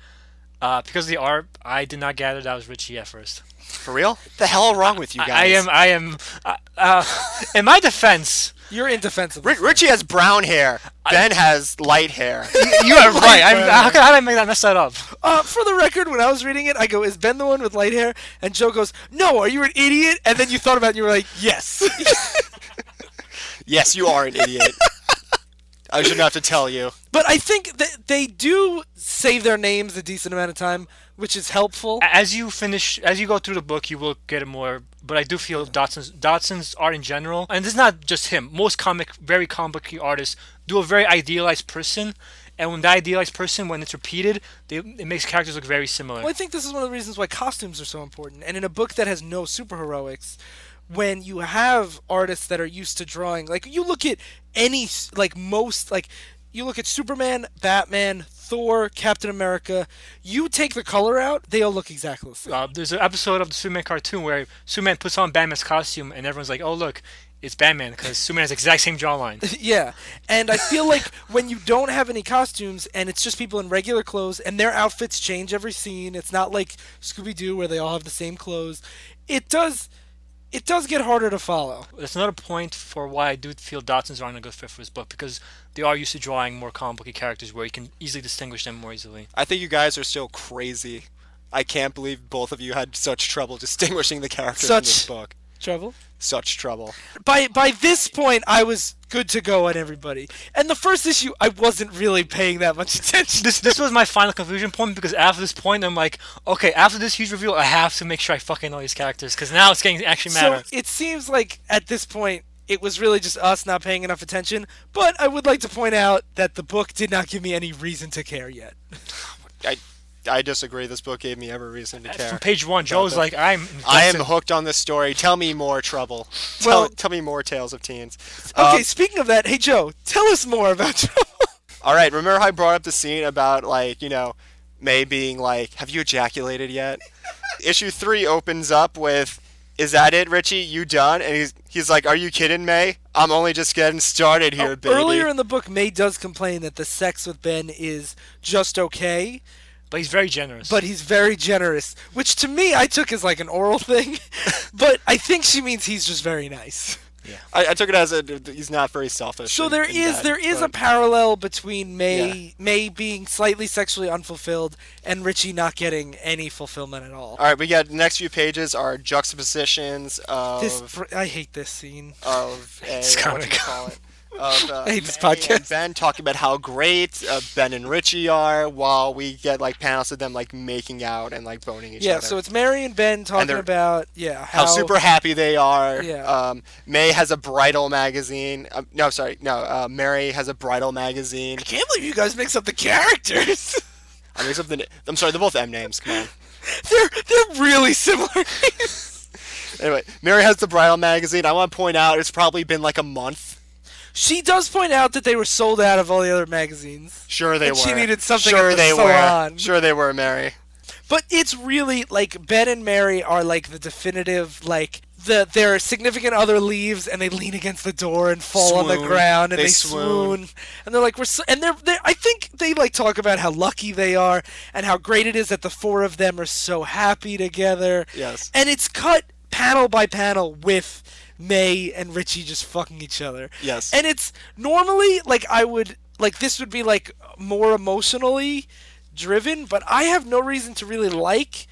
[SPEAKER 5] uh, because of the art, I did not gather that was Richie at first.
[SPEAKER 1] For real? The hell wrong with you guys?
[SPEAKER 5] I am. I am. Uh, uh, in my defense,
[SPEAKER 4] You're indefensible.
[SPEAKER 1] Ri- Richie has brown hair. ben has light hair.
[SPEAKER 5] you are right. I'm, how, can, how did I make that mess that up?
[SPEAKER 4] Uh, for the record, when I was reading it, I go, "Is Ben the one with light hair?" And Joe goes, "No, are you an idiot?" And then you thought about it, and you were like, "Yes."
[SPEAKER 1] yes, you are an idiot. I shouldn't have to tell you.
[SPEAKER 4] But I think that they do save their names a decent amount of time, which is helpful.
[SPEAKER 5] As you finish, as you go through the book, you will get it more. But I do feel Dotson's Dotson's art in general, and it's not just him. Most comic, very comic artists do a very idealized person, and when the idealized person, when it's repeated, they, it makes characters look very similar.
[SPEAKER 4] Well, I think this is one of the reasons why costumes are so important. And in a book that has no superheroics, when you have artists that are used to drawing, like you look at any, s- like most, like you look at Superman, Batman, Thor, Captain America, you take the color out, they all look exactly the same.
[SPEAKER 5] Uh, there's an episode of the Superman cartoon where Superman puts on Batman's costume, and everyone's like, "Oh look, it's Batman," because Superman has the exact same jawline.
[SPEAKER 4] Yeah, and I feel like when you don't have any costumes and it's just people in regular clothes and their outfits change every scene, it's not like Scooby Doo where they all have the same clothes. It does, it does get harder to follow.
[SPEAKER 5] that's another point for why I do feel Dotson's aren't a good fit for this book because they are used to drawing more complicated characters where you can easily distinguish them more easily.
[SPEAKER 1] I think you guys are still crazy. I can't believe both of you had such trouble distinguishing the characters in this
[SPEAKER 4] Such-
[SPEAKER 1] book.
[SPEAKER 4] Trouble.
[SPEAKER 1] Such trouble.
[SPEAKER 4] By by this point, I was good to go on everybody. And the first issue, I wasn't really paying that much attention.
[SPEAKER 5] This this was my final confusion point because after this point I'm like, okay, after this huge reveal, I have to make sure I fucking know these characters because now it's getting to actually matter.
[SPEAKER 4] So it seems like at this point it was really just us not paying enough attention. But I would like to point out that the book did not give me any reason to care yet.
[SPEAKER 1] I, I disagree. This book gave me every reason to care.
[SPEAKER 5] From page one, Joe's like, I'm
[SPEAKER 1] I am hooked on this story. Tell me more trouble. Tell,
[SPEAKER 4] Well-
[SPEAKER 1] tell me more tales of teens.
[SPEAKER 4] Okay,
[SPEAKER 1] Um,
[SPEAKER 4] speaking of that, hey Joe, tell us more about Trouble.
[SPEAKER 1] all right. Remember how I brought up the scene about like you know May being like, "Have you ejaculated yet?" Issue three opens up with, "Is that it, Richie? You done?" And he's he's like, "Are you kidding, May? I'm only just getting started here, baby."
[SPEAKER 4] Oh, Earlier in the book, May does complain that the sex with Ben is just okay,
[SPEAKER 5] but he's very generous.
[SPEAKER 4] but he's very generous, which to me I took as like an oral thing, but I think she means he's just very nice.
[SPEAKER 1] I, I took it as a he's not very selfish.
[SPEAKER 4] So
[SPEAKER 1] in-
[SPEAKER 4] there
[SPEAKER 1] in
[SPEAKER 4] is
[SPEAKER 1] that,
[SPEAKER 4] there is a
[SPEAKER 1] but-
[SPEAKER 4] parallel between May May being slightly sexually unfulfilled and Richie not getting any fulfillment at all.
[SPEAKER 1] All right, we got the next few pages are juxtapositions of
[SPEAKER 4] This fr- I hate this scene.
[SPEAKER 1] of a,
[SPEAKER 5] It's
[SPEAKER 1] what do you
[SPEAKER 5] comical.
[SPEAKER 1] call it? Of, uh,
[SPEAKER 4] I hate this
[SPEAKER 1] May and
[SPEAKER 4] podcast.
[SPEAKER 1] Ben talking about how great uh, Ben and Richie are, while we get like panels of them like making out and like boning each
[SPEAKER 4] Yeah,
[SPEAKER 1] other.
[SPEAKER 4] so it's Mary and Ben talking
[SPEAKER 1] they're-
[SPEAKER 4] about yeah
[SPEAKER 1] how, super happy they are.
[SPEAKER 4] Yeah.
[SPEAKER 1] Um, May has a bridal magazine. Um, no, sorry, no. Uh, Mary has a bridal magazine.
[SPEAKER 4] I can't believe you guys mix up the characters.
[SPEAKER 1] I mixed up the. na- I'm sorry, they're both M names. Come on.
[SPEAKER 4] they're they're really similar. names.
[SPEAKER 1] Anyway, Mary has the bridal magazine. I want to point out it's probably been like a month.
[SPEAKER 4] she does point out that they were sold out of all the other magazines,
[SPEAKER 1] Sure they
[SPEAKER 4] And
[SPEAKER 1] were.
[SPEAKER 4] she needed something
[SPEAKER 1] Sure
[SPEAKER 4] at the
[SPEAKER 1] they
[SPEAKER 4] salon.
[SPEAKER 1] were. Sure they were, Mary.
[SPEAKER 4] but it's really like Ben and Mary are like the definitive like the their significant other leaves and they lean against the door and fall on the
[SPEAKER 1] Swoon.
[SPEAKER 4] ground and
[SPEAKER 1] They
[SPEAKER 4] they,
[SPEAKER 1] swoon.
[SPEAKER 4] swoon. and they're like we're so, and they're, they're I think they like talk about how lucky they are and how great it is that the four of them are so happy together.
[SPEAKER 1] Yes.
[SPEAKER 4] and it's cut panel by panel with May and Richie just fucking each other.
[SPEAKER 1] Yes.
[SPEAKER 4] And it's normally like I would like this would be like more emotionally driven, but I have no reason to really like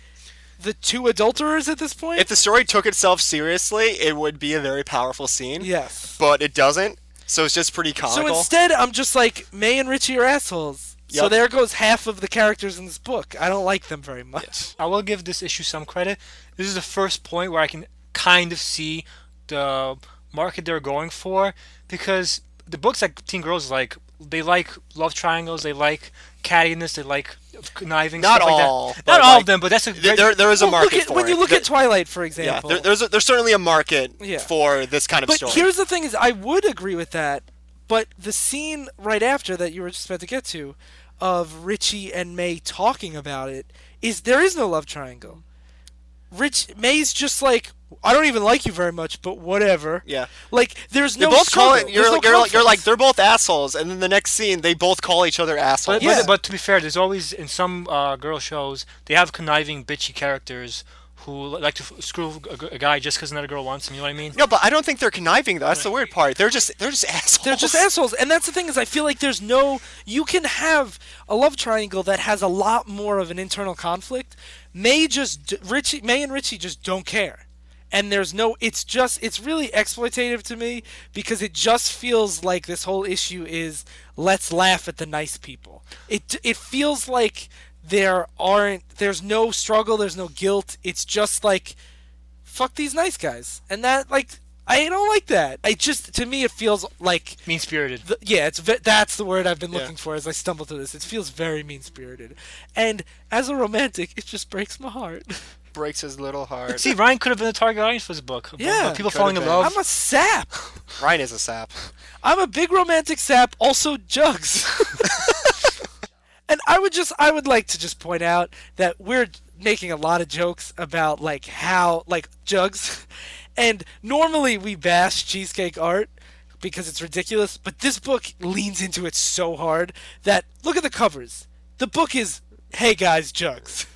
[SPEAKER 4] the two adulterers at this point.
[SPEAKER 1] If the story took itself seriously, it would be a very powerful scene.
[SPEAKER 4] yes.
[SPEAKER 1] But it doesn't, so it's just pretty comical.
[SPEAKER 4] So instead, I'm just like May and Richie are assholes. So
[SPEAKER 1] Yep.
[SPEAKER 4] there goes half of the characters in this book. I don't like them very much.
[SPEAKER 5] I will give this issue some credit. This is the first point where I can kind of see the market they're going for because the books like Teen Girls like they like love triangles, they like cattiness, they like conniving.
[SPEAKER 1] Not
[SPEAKER 5] stuff
[SPEAKER 1] all,
[SPEAKER 5] like that.
[SPEAKER 1] but,
[SPEAKER 5] not all
[SPEAKER 1] like,
[SPEAKER 5] of them, but that's a
[SPEAKER 1] Th-
[SPEAKER 5] very,
[SPEAKER 1] there, there is a
[SPEAKER 4] Well,
[SPEAKER 1] market
[SPEAKER 4] look at,
[SPEAKER 1] for
[SPEAKER 4] when
[SPEAKER 1] it.
[SPEAKER 4] you look
[SPEAKER 1] Th-
[SPEAKER 4] at Twilight, for
[SPEAKER 1] yeah,
[SPEAKER 4] example.
[SPEAKER 1] there, there's a, there's certainly a market
[SPEAKER 4] Yeah.
[SPEAKER 1] for this kind of
[SPEAKER 4] But
[SPEAKER 1] story.
[SPEAKER 4] here's the thing: is I would agree with that, but the scene right after that you were just about to get to, of Richie and May talking about it, is there is no love triangle. Rich May's just like, I don't even like you very much, but whatever.
[SPEAKER 1] Yeah.
[SPEAKER 4] Like there's
[SPEAKER 1] they
[SPEAKER 4] no.
[SPEAKER 1] both call it.
[SPEAKER 4] struggle.
[SPEAKER 1] You're,
[SPEAKER 4] There's no
[SPEAKER 1] you're, like- you're like
[SPEAKER 4] conflict.
[SPEAKER 1] they're both assholes, and then the next scene they both call each other assholes.
[SPEAKER 5] But,
[SPEAKER 4] Yeah.
[SPEAKER 5] but, but to be fair, there's always in some uh, girl shows they have conniving, bitchy characters who li- like to f- screw a, g- a guy just because another girl wants him. You know what I mean?
[SPEAKER 1] No, but I don't think they're conniving though. That's the weird part. They're just they're just assholes.
[SPEAKER 4] They're just assholes, and that's the thing is I feel like there's no you can have a love triangle that has a lot more of an internal conflict. May just d- Richie May and Richie just don't care, and there's no it's just it's really exploitative to me because it just feels like this whole issue is let's laugh at the nice people. It it feels like there aren't there's no struggle, there's no guilt. It's just like fuck these nice guys. And that like I don't like that. I just to me it feels like
[SPEAKER 5] Mean spirited.
[SPEAKER 4] the, yeah, it's ve- that's the word I've been
[SPEAKER 5] Yeah.
[SPEAKER 4] looking for as I stumble through this. It feels very mean spirited, and as a romantic, it just breaks my heart.
[SPEAKER 1] Breaks his little heart.
[SPEAKER 5] See, Ryan could have been the target audience for this book. about-
[SPEAKER 4] Yeah,
[SPEAKER 5] about people
[SPEAKER 1] could've
[SPEAKER 5] falling in
[SPEAKER 1] been.
[SPEAKER 5] love.
[SPEAKER 4] I'm a sap.
[SPEAKER 1] Ryan is a sap.
[SPEAKER 4] I'm a big romantic sap. Also, jugs. and I would just I would like to just point out that we're making a lot of jokes about like how like jugs, and normally we bash cheesecake art because it's ridiculous, but this book leans into it so hard that look at the covers. The book is hey guys jugs.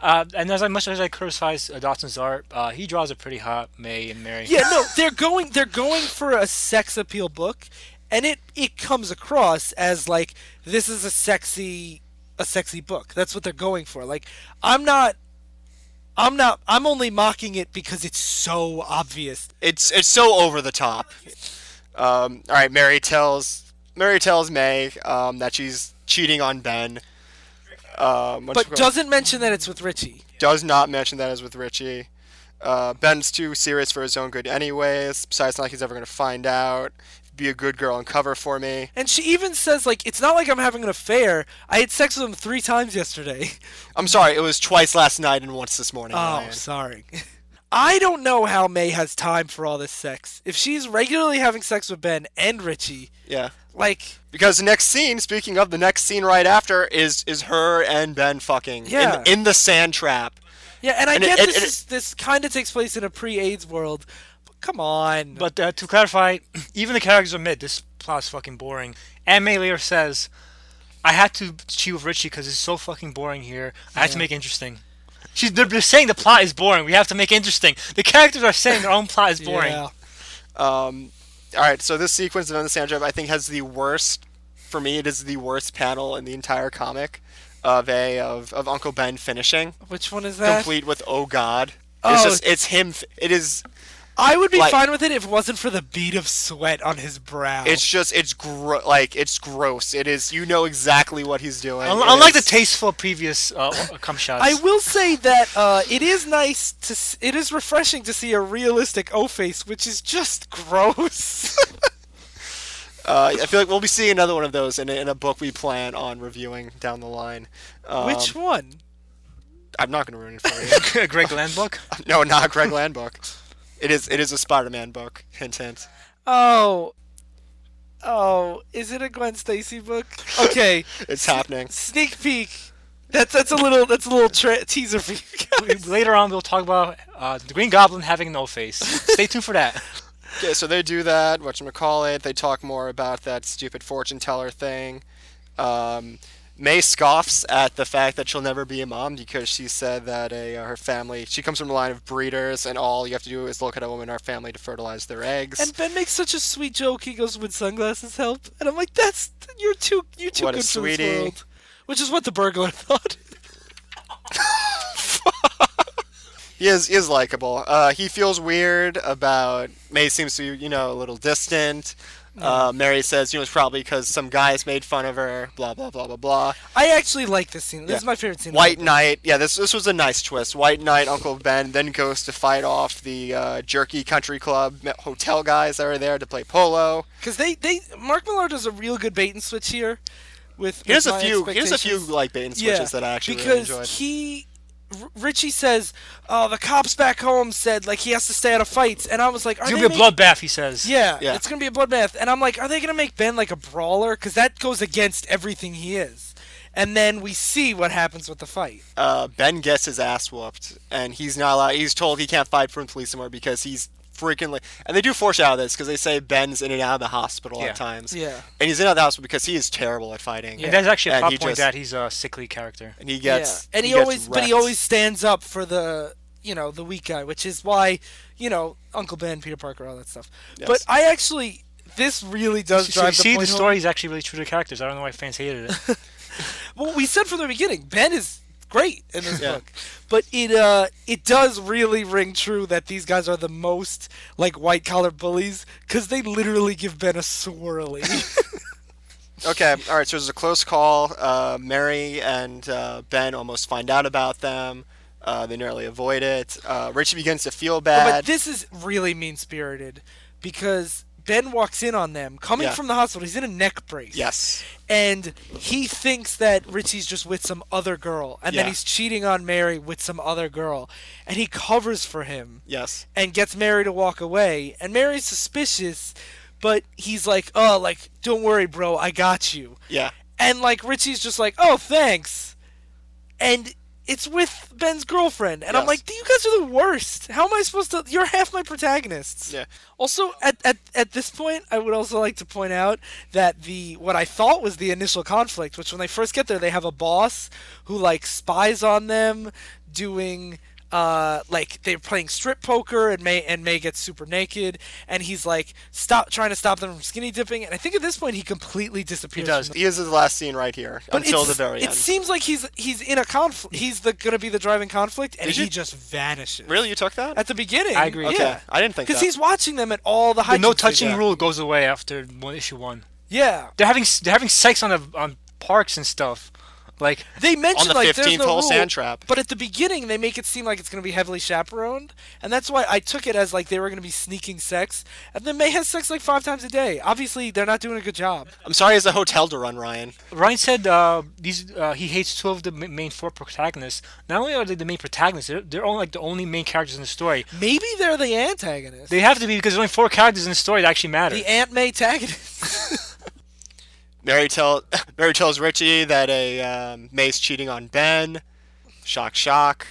[SPEAKER 5] Uh, and as I- much as I criticize uh, Dotson's art, uh, he draws a pretty hot May and Mary.
[SPEAKER 4] Yeah, no, they're going they're going for a sex appeal book, and it it comes across as like this is a sexy a sexy book. That's what they're going for. Like I'm not I'm not I'm only mocking it because it's so obvious.
[SPEAKER 1] It's it's so over the top. Um, all right, Mary tells Mary tells May um, that she's cheating on Ben. Um, what's-
[SPEAKER 4] But doesn't mention that it's with Richie.
[SPEAKER 1] does not mention that is with Richie. Uh, Ben's too serious for his own good, anyways. Besides, not like he's ever gonna find out. Be a good girl and cover for me.
[SPEAKER 4] And she even says like it's not like I'm having an affair. I had sex with him 3 times yesterday.
[SPEAKER 1] I'm sorry, it was twice last night and once this morning.
[SPEAKER 4] Oh,
[SPEAKER 1] Ryan.
[SPEAKER 4] sorry. I don't know how May has time for all this sex. If she's regularly having sex with Ben and Richie,
[SPEAKER 1] yeah.
[SPEAKER 4] like
[SPEAKER 1] Because the next scene, speaking of the next scene right after, is is her and Ben fucking
[SPEAKER 4] Yeah.
[SPEAKER 1] in, in the sand trap.
[SPEAKER 4] Yeah, and I
[SPEAKER 1] And it-
[SPEAKER 4] get
[SPEAKER 1] and-
[SPEAKER 4] this
[SPEAKER 1] and it-
[SPEAKER 4] is, this kind of takes place in a pre-AIDS world, but come on.
[SPEAKER 5] But uh, to clarify, even the characters admit this plot's fucking boring. And May later says, I had to cheat with Richie because it's so fucking boring here. I had to make it interesting. She's, they're, they're saying the plot is boring. We have to make it interesting. The characters are saying their own plot is boring.
[SPEAKER 4] Yeah.
[SPEAKER 1] Um, all right, so this sequence of the sand trap, I think, has the worst. For me, it is the worst panel in the entire comic of a of, of Uncle Ben finishing,
[SPEAKER 4] Which one is that?
[SPEAKER 1] complete with "Oh God." It's
[SPEAKER 4] Oh.
[SPEAKER 1] just it's him. f- It is.
[SPEAKER 4] I would be
[SPEAKER 1] like-
[SPEAKER 4] fine with it if it wasn't for the bead of sweat on his brow.
[SPEAKER 1] It's just it's gro- like it's gross. It is. You know exactly what he's doing.
[SPEAKER 5] Un-
[SPEAKER 1] It
[SPEAKER 5] Unlike
[SPEAKER 1] is-
[SPEAKER 5] the tasteful previous uh, cum shots.
[SPEAKER 4] I will say that uh, it is nice to s- it is refreshing to see a realistic O face, which is just gross.
[SPEAKER 1] Uh, I feel like we'll be seeing another one of those in a, in a book we plan on reviewing down the line. Um,
[SPEAKER 4] which one?
[SPEAKER 1] I'm not going to ruin it for you.
[SPEAKER 5] Greg Land book.
[SPEAKER 1] no, not a Greg Land book. It is it is a Spider-Man book. Hint, hint.
[SPEAKER 4] Oh. Oh, is it a Gwen Stacy book? Okay,
[SPEAKER 1] It's happening.
[SPEAKER 4] sneak peek. That's that's a little that's a little tra- teaser for you guys.
[SPEAKER 5] Later on, we'll talk about uh, the Green Goblin having an old face. Stay tuned for that.
[SPEAKER 1] Okay, so they do that. What you call it? They talk more about that stupid fortune teller thing. Um, May scoffs at the fact that she'll never be a mom because she said that a, uh, her family. She comes from a line of breeders, and all you have to do is look at a woman in our family to fertilize their eggs.
[SPEAKER 4] And Ben makes such a sweet joke. He goes, "Would sunglasses help?" And I'm like, "That's you're too you're too
[SPEAKER 1] What a
[SPEAKER 4] good for
[SPEAKER 1] sweetie.
[SPEAKER 4] this world," which is what the burglar thought.
[SPEAKER 1] He is he is likable. Uh, he feels weird about May seems to be, you know a little distant. Uh, Mary says you know it's probably because some guys made fun of her. Blah blah blah blah blah.
[SPEAKER 4] I actually like this scene. This
[SPEAKER 1] Yeah.
[SPEAKER 4] is my favorite scene.
[SPEAKER 1] White Knight. Yeah, this this was a nice twist. White Knight, Uncle Ben, then goes to fight off the uh, jerky country club hotel guys that are there to play polo.
[SPEAKER 4] because they they Mark Millar does a real good bait and switch here. With
[SPEAKER 1] Here's
[SPEAKER 4] with
[SPEAKER 1] a
[SPEAKER 4] my
[SPEAKER 1] few here's a few
[SPEAKER 4] expectations.
[SPEAKER 1] like bait and switches that I actually really
[SPEAKER 4] because
[SPEAKER 1] enjoyed.
[SPEAKER 4] he R- Richie says, "Oh, the cops back home said like he has to stay out of fights," and I was like, "Are
[SPEAKER 5] It's
[SPEAKER 4] they
[SPEAKER 5] gonna be a
[SPEAKER 4] making-
[SPEAKER 5] bloodbath, he says.
[SPEAKER 4] Yeah,
[SPEAKER 1] Yeah.
[SPEAKER 4] it's gonna be a bloodbath. And I'm like, are they gonna make Ben like a brawler? Because that goes against everything he is. And then we see what happens with the fight.
[SPEAKER 1] uh, Ben gets his ass whooped, and he's not allowed. He's told he can't fight for the police anymore because he's freaking. And they do foreshadow this because they say Ben's in and out of the hospital
[SPEAKER 5] Yeah.
[SPEAKER 1] at times.
[SPEAKER 4] Yeah.
[SPEAKER 1] And he's in and out of the hospital because he is terrible at fighting.
[SPEAKER 5] And that's actually a
[SPEAKER 1] And
[SPEAKER 5] plot
[SPEAKER 1] he
[SPEAKER 5] point
[SPEAKER 1] just-
[SPEAKER 5] that he's a sickly character.
[SPEAKER 1] And he gets.
[SPEAKER 4] yeah. And he,
[SPEAKER 1] gets
[SPEAKER 4] always, but he
[SPEAKER 1] wrecked.
[SPEAKER 4] always stands up for the, you know, the weak guy, which is why, you know, Uncle Ben, Peter Parker, all that stuff. But
[SPEAKER 1] Yes.
[SPEAKER 4] I actually, this really does
[SPEAKER 5] So you
[SPEAKER 4] drive
[SPEAKER 5] see,
[SPEAKER 4] the
[SPEAKER 5] the
[SPEAKER 4] point home.
[SPEAKER 5] story is actually really true to the characters. I don't know why fans hated it.
[SPEAKER 4] Well, we said from the beginning, Ben is great in this
[SPEAKER 1] Yeah.
[SPEAKER 4] book. But it uh it does really ring true that these guys are the most like white collar bullies because they literally give Ben a swirly.
[SPEAKER 1] Okay, all right. So there's a close call. Uh, Mary and uh, Ben almost find out about them. Uh, they narrowly avoid it. Uh, Richie begins to feel
[SPEAKER 4] but
[SPEAKER 1] bad.
[SPEAKER 4] this is really mean spirited because Ben walks in on them coming
[SPEAKER 1] Yeah.
[SPEAKER 4] from the hospital. He's in a neck brace.
[SPEAKER 1] yes.
[SPEAKER 4] and he thinks that Richie's just with some other girl, and
[SPEAKER 1] Yeah.
[SPEAKER 4] then he's cheating on Mary with some other girl, and he covers for him
[SPEAKER 1] Yes.
[SPEAKER 4] and gets Mary to walk away, and Mary's suspicious, but he's like, "Oh, like don't worry, bro, I got you,"
[SPEAKER 1] Yeah.
[SPEAKER 4] and like Richie's just like, "Oh, thanks," and. It's with Ben's girlfriend, and I'm
[SPEAKER 1] Yes.
[SPEAKER 4] like, "You guys are the worst. How am I supposed to? You're half my protagonists."
[SPEAKER 1] Yeah.
[SPEAKER 4] Also, at, at, at this point, I would also like to point out that the what I thought was the initial conflict, which when they first get there, they have a boss who like spies on them, doing uh, like they're playing strip poker, and May and May gets super naked, and he's like stop trying to stop them from skinny dipping, and I think at this point he completely disappears.
[SPEAKER 5] does.
[SPEAKER 4] from the-
[SPEAKER 1] He is the last scene right here
[SPEAKER 4] But
[SPEAKER 1] until the
[SPEAKER 4] it's-
[SPEAKER 1] very
[SPEAKER 4] it
[SPEAKER 1] end.
[SPEAKER 4] seems like he's he's in a conflict. He's the gonna be the driving conflict, and
[SPEAKER 1] Did
[SPEAKER 4] he
[SPEAKER 1] you-
[SPEAKER 4] just vanishes.
[SPEAKER 1] Really, you took that?
[SPEAKER 4] At the beginning,
[SPEAKER 5] I agree.
[SPEAKER 1] Okay,
[SPEAKER 4] Yeah,
[SPEAKER 1] I didn't think
[SPEAKER 4] because
[SPEAKER 1] that.
[SPEAKER 4] he's watching them at all the high.
[SPEAKER 5] The no touching rule goes away after one issue one.
[SPEAKER 4] Yeah,
[SPEAKER 5] They're having s- they're having sex on the on parks and stuff. Like
[SPEAKER 4] they mentioned
[SPEAKER 1] the
[SPEAKER 4] like there's
[SPEAKER 1] 15th
[SPEAKER 4] no
[SPEAKER 1] hole
[SPEAKER 4] rule,
[SPEAKER 1] sand trap.
[SPEAKER 4] But at the beginning, they make it seem like it's going to be heavily chaperoned, and that's why I took it as like they were going to be sneaking sex. And then May has sex like five times a day. Obviously, they're not doing a good job.
[SPEAKER 1] I'm sorry, it's a hotel to run, Ryan.
[SPEAKER 5] Ryan said, uh, these uh, he hates two of the ma- main four protagonists. Not only are they the main protagonists, they're, they're only like the only main characters in the story.
[SPEAKER 4] Maybe they're the antagonists.
[SPEAKER 5] They have to be because there's only four characters in the story that actually matter.
[SPEAKER 4] the Aunt May antagonists.
[SPEAKER 1] Mary tell Mary tells Richie that a um, May's cheating on Ben. Shock, shock.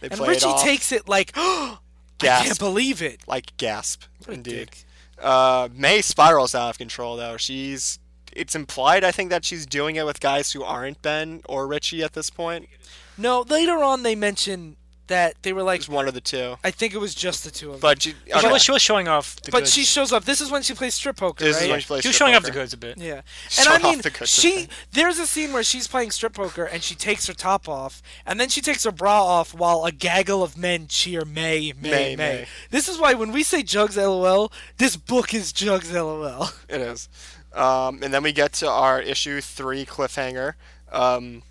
[SPEAKER 1] They
[SPEAKER 4] and
[SPEAKER 1] play
[SPEAKER 4] Richie
[SPEAKER 1] it off.
[SPEAKER 4] takes it like, I can't
[SPEAKER 1] Gasp.
[SPEAKER 4] believe it.
[SPEAKER 1] like gasp.
[SPEAKER 4] What a
[SPEAKER 1] Indeed.
[SPEAKER 4] dick.
[SPEAKER 1] Uh, May spirals out of control though. She's it's implied I think that she's doing it with guys who aren't Ben or Richie at this point.
[SPEAKER 4] No, later on they mention that they were like,
[SPEAKER 1] It's one of the two.
[SPEAKER 4] I think it was just the two of them.
[SPEAKER 1] But she,
[SPEAKER 5] She,
[SPEAKER 1] okay.
[SPEAKER 5] was, she was showing off. The
[SPEAKER 4] but
[SPEAKER 5] goods.
[SPEAKER 4] she shows up. This is when she plays strip poker.
[SPEAKER 1] This is
[SPEAKER 4] right?
[SPEAKER 1] when she plays
[SPEAKER 5] she was
[SPEAKER 1] strip
[SPEAKER 5] showing off the
[SPEAKER 1] poker.
[SPEAKER 5] goods a bit.
[SPEAKER 4] Yeah, and
[SPEAKER 1] Shut
[SPEAKER 4] I
[SPEAKER 1] off
[SPEAKER 4] mean,
[SPEAKER 1] the good
[SPEAKER 4] she
[SPEAKER 1] thing.
[SPEAKER 4] there's a scene where she's playing strip poker and she takes her top off, and then she takes her bra off while a gaggle of men cheer May, May, May.
[SPEAKER 1] May, May.
[SPEAKER 4] This is why when we say Jugs LOL, this book is Jugs LOL.
[SPEAKER 1] It is. Um, and then we get to our issue three cliffhanger. Um,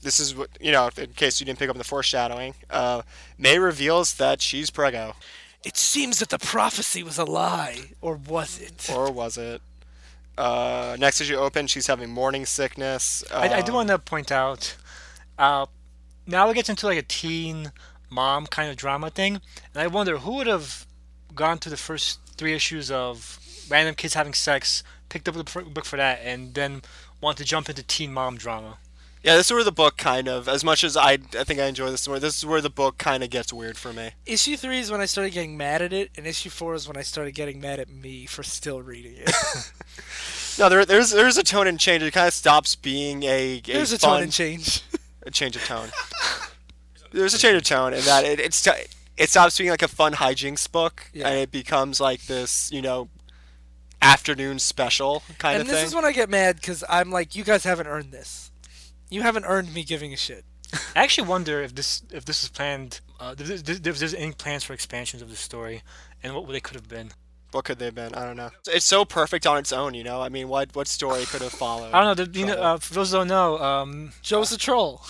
[SPEAKER 1] this is what you know. In case you didn't pick up on the foreshadowing, uh, May reveals that she's preggo,
[SPEAKER 4] It seems that the prophecy was a lie, or was it?
[SPEAKER 1] or was it? Uh, next issue open, she's having morning sickness. Uh,
[SPEAKER 5] I, I do want to point out. Uh, now it gets into like a teen mom kind of drama thing, and I wonder who would have gone to the first three issues of random kids having sex, picked up the pr- book for that, and then want to jump into teen mom drama.
[SPEAKER 1] Yeah, this is where the book kind of, as much as I, I think I enjoy this more. This is where the book kind of gets weird for me.
[SPEAKER 4] Issue three is when I started getting mad at it, and issue four is when I started getting mad at me for still reading it.
[SPEAKER 1] No, there, there's there's a tone and change. It kind of stops being a, a
[SPEAKER 4] There's a
[SPEAKER 1] fun,
[SPEAKER 4] tone and change.
[SPEAKER 1] a change of tone. There's a change of tone in that it, it's t- it stops being like a fun hijinks book
[SPEAKER 4] Yeah.
[SPEAKER 1] and it becomes like this, you know, afternoon special kind
[SPEAKER 4] and
[SPEAKER 1] of
[SPEAKER 4] this
[SPEAKER 1] thing.
[SPEAKER 4] is when I get mad because I'm like, you guys haven't earned this. You haven't earned me giving a shit.
[SPEAKER 5] I actually wonder if this if this was planned. Uh, if, this, if there's any plans for expansions of the story, and what they could have been.
[SPEAKER 1] what could they have been? I don't know. It's so perfect on its own, you know. I mean, what what story could have followed?
[SPEAKER 5] I don't know. The, you know
[SPEAKER 1] Trouble.
[SPEAKER 5] uh, for those who don't know, um,
[SPEAKER 4] Joe's a troll.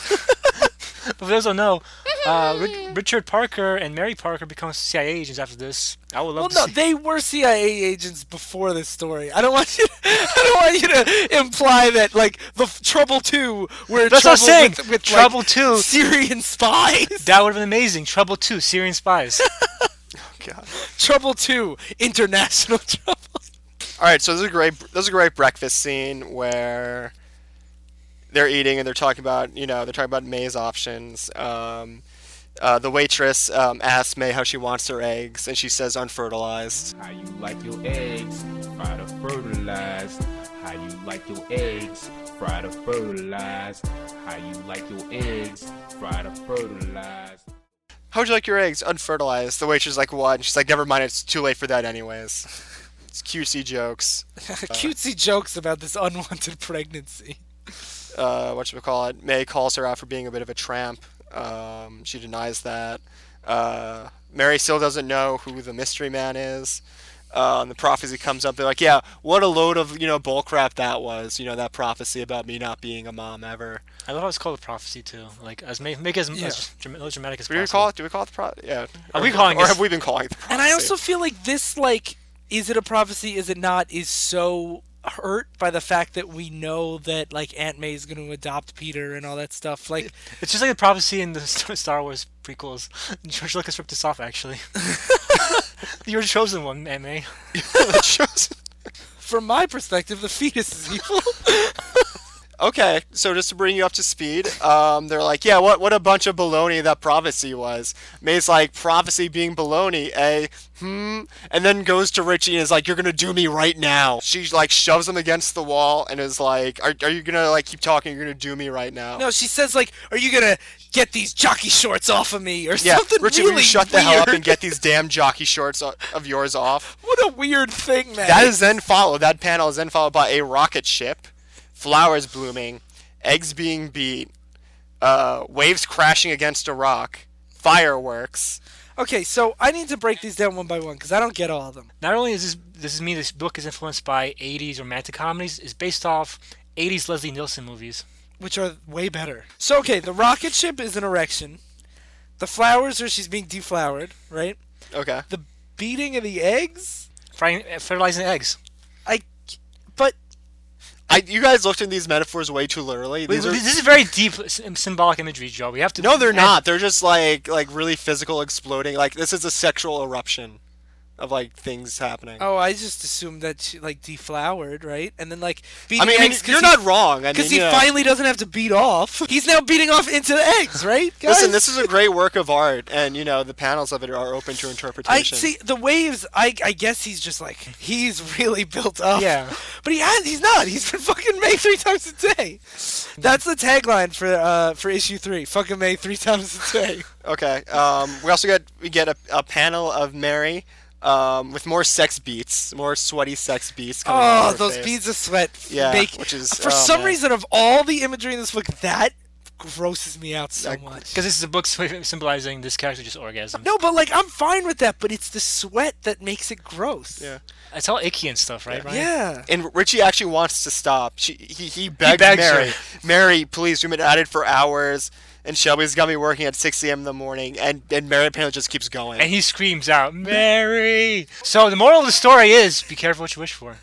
[SPEAKER 5] For those who don't know, uh, Ri- Richard Parker and Mary Parker become CIA agents after this. I would
[SPEAKER 4] Well,
[SPEAKER 5] love
[SPEAKER 4] no,
[SPEAKER 5] to see.
[SPEAKER 4] they were CIA agents before this story. I don't want you. I don't want you to imply that like the f- Trouble Two were
[SPEAKER 5] That's what
[SPEAKER 4] trouble
[SPEAKER 5] I'm saying.
[SPEAKER 4] with, with
[SPEAKER 5] Trouble
[SPEAKER 4] like,
[SPEAKER 5] Two.
[SPEAKER 4] Syrian spies.
[SPEAKER 5] That would have been amazing. Trouble 2, Syrian spies.
[SPEAKER 1] God.
[SPEAKER 4] trouble Two, international trouble.
[SPEAKER 5] Uh.
[SPEAKER 1] All right, so there's a great there's a great breakfast scene where they're eating and they're talking about you know they're talking about May's options. Um, uh, the waitress um, asks May how she wants her eggs, and she says unfertilized.
[SPEAKER 6] How you like your eggs fried or fertilized? How you like your eggs fried or fertilized? How you like your eggs fried or fertilized?
[SPEAKER 1] How would you like your eggs unfertilized? The waitress is like what? And she's like never mind, it's too late for that anyways. It's QC jokes.
[SPEAKER 4] Cutesy jokes about this unwanted pregnancy.
[SPEAKER 1] uh, what should we call it? May calls her out for being a bit of a tramp. Um, she denies that. Uh, Mary still doesn't know who the mystery man is. Uh, and the prophecy comes up. They're like, "Yeah, what a load of you know bullcrap that was. You know that prophecy about me not being a mom ever."
[SPEAKER 5] I love how it's called a prophecy too. Like as make, make it as,
[SPEAKER 4] Yeah.
[SPEAKER 5] as dram- as dramatic as
[SPEAKER 1] Do we
[SPEAKER 5] possible.
[SPEAKER 1] call it? Do we call it the pro? Yeah.
[SPEAKER 5] Are we calling
[SPEAKER 1] Or
[SPEAKER 5] it-
[SPEAKER 1] have we been calling it the prophecy?
[SPEAKER 4] And I also feel like this, like, is it a prophecy? Is it not? Is so hurt by the fact that we know that like Aunt May is going to adopt Peter and all that stuff. Like,
[SPEAKER 5] It's just like the prophecy in the Star Star Wars prequels. George Lucas ripped this off actually. You're the chosen one, Aunt May.
[SPEAKER 4] from my perspective, the fetus is evil.
[SPEAKER 1] Okay, so just to bring you up to speed, um, they're like, yeah, what what a bunch of baloney that prophecy was. May's like, prophecy being baloney, eh? Hmm. And then goes to Richie and is like, you're gonna do me right now. She like shoves him against the wall and is like, are, are you gonna like keep talking? You're gonna do me right now.
[SPEAKER 4] no, she says like, "Are you going to get these jockey shorts off of me?" or
[SPEAKER 1] yeah,
[SPEAKER 4] something
[SPEAKER 1] Richie,
[SPEAKER 4] really
[SPEAKER 1] will you shut the hell up
[SPEAKER 4] weird.
[SPEAKER 1] and get these damn jockey shorts o- of yours off?
[SPEAKER 4] What a weird thing, man.
[SPEAKER 1] That is then followed. That panel is then followed by a rocket ship, flowers blooming, eggs being beat, uh, waves crashing against a rock, fireworks.
[SPEAKER 4] Okay, so I need to break these down one by one because I don't get all of them.
[SPEAKER 5] Not only is this this is me. This book is influenced by 80s romantic comedies. It's based off 80s Leslie Nielsen movies.
[SPEAKER 4] which are way better. So okay, the rocket ship is an erection. The flowers are she's being deflowered, right?
[SPEAKER 1] Okay.
[SPEAKER 4] The beating of the eggs,
[SPEAKER 5] Frying, uh, fertilizing eggs.
[SPEAKER 4] I, but
[SPEAKER 1] I, you guys looked at these metaphors way too literally.
[SPEAKER 5] Wait,
[SPEAKER 1] These
[SPEAKER 5] wait,
[SPEAKER 1] are,
[SPEAKER 5] This is very deep sym- symbolic imagery, Joe. We have to.
[SPEAKER 1] no, they're
[SPEAKER 5] and-
[SPEAKER 1] not. They're just like like really physical exploding. Like this is a sexual eruption of like things happening.
[SPEAKER 4] oh, I just assumed that she like deflowered, right? And then like beating
[SPEAKER 1] I mean,
[SPEAKER 4] eggs.
[SPEAKER 1] you're not wrong. I mean,
[SPEAKER 4] because he
[SPEAKER 1] you know.
[SPEAKER 4] finally doesn't have to beat off. He's now beating off into the eggs, right? Guys?
[SPEAKER 1] Listen, this is a great work of art, and you know the panels of it are open to
[SPEAKER 4] I
[SPEAKER 1] interpretation.
[SPEAKER 4] see the waves. I I guess he's just like he's really built up.
[SPEAKER 5] Yeah.
[SPEAKER 4] but he has. He's not. He's been fucking May three times a day. That's the tagline for uh for issue three. Fucking May three times a day.
[SPEAKER 1] Okay. Um, we also get we get a, a panel of Mary um, with more sex beats, more sweaty sex beats. Coming out
[SPEAKER 4] oh,
[SPEAKER 1] of her
[SPEAKER 4] those
[SPEAKER 1] face.
[SPEAKER 4] beads of sweat. f-
[SPEAKER 1] Yeah,
[SPEAKER 4] make,
[SPEAKER 1] which is-
[SPEAKER 4] for
[SPEAKER 1] oh,
[SPEAKER 4] some
[SPEAKER 1] man.
[SPEAKER 4] reason of all the imagery in this book that grosses me out so
[SPEAKER 1] That-
[SPEAKER 4] much.
[SPEAKER 5] Because this is a book sym- symbolizing this character just orgasm.
[SPEAKER 4] No, but like I'm fine with that. But it's the sweat that makes it gross.
[SPEAKER 1] Yeah.
[SPEAKER 5] It's all icky and stuff, right? Ryan?
[SPEAKER 4] Yeah.
[SPEAKER 1] And Richie actually wants to stop. She he, he begged
[SPEAKER 5] begs
[SPEAKER 1] Mary.
[SPEAKER 5] her.
[SPEAKER 1] Mary, please, we've been at it for hours, and Shelby's got me working at 6 a.m. in the morning, and and Mary apparently just keeps going.
[SPEAKER 5] And he screams out, "Mary!" So the moral of the story is: be careful what you wish for.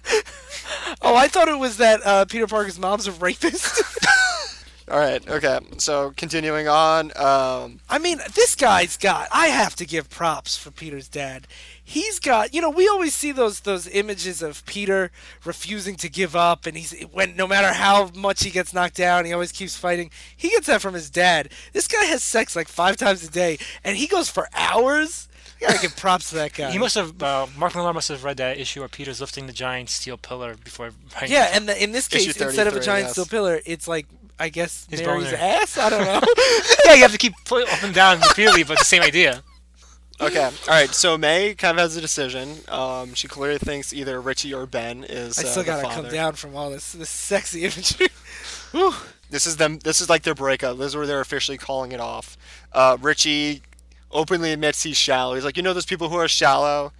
[SPEAKER 4] Oh, I thought it was that uh, Peter Parker's mom's a rapist.
[SPEAKER 1] All right. Okay. So continuing on. Um,
[SPEAKER 4] I mean, this guy's got. I have to give props for Peter's dad. He's got. You know, we always see those those images of Peter refusing to give up, and he's when no matter how much he gets knocked down, he always keeps fighting. He gets that from his dad. This guy has sex like five times a day, and he goes for hours. You gotta give props to that guy.
[SPEAKER 5] He must have. Uh, Mark Millar must have read that issue where Peter's lifting the giant steel pillar before. Writing.
[SPEAKER 4] Yeah, and the, in this
[SPEAKER 1] Issue
[SPEAKER 4] case, instead of a
[SPEAKER 1] 33,
[SPEAKER 4] giant
[SPEAKER 1] yes.
[SPEAKER 4] steel pillar, it's like I guess
[SPEAKER 5] His
[SPEAKER 4] Mary's
[SPEAKER 5] boner.
[SPEAKER 4] ass. I don't know.
[SPEAKER 5] yeah, you have to keep pulling up and down repeatedly, but the same idea.
[SPEAKER 1] okay. All right. So May kind of has a decision. Um, she clearly thinks either Richie or Ben is.
[SPEAKER 4] I
[SPEAKER 1] uh,
[SPEAKER 4] still
[SPEAKER 1] the
[SPEAKER 4] gotta come
[SPEAKER 1] father.
[SPEAKER 4] down from all this this sexy imagery.
[SPEAKER 1] This is them. This is like their breakup. This is where they're officially calling it off. Uh, Richie openly admits he's shallow. He's like, you know, those people who are shallow,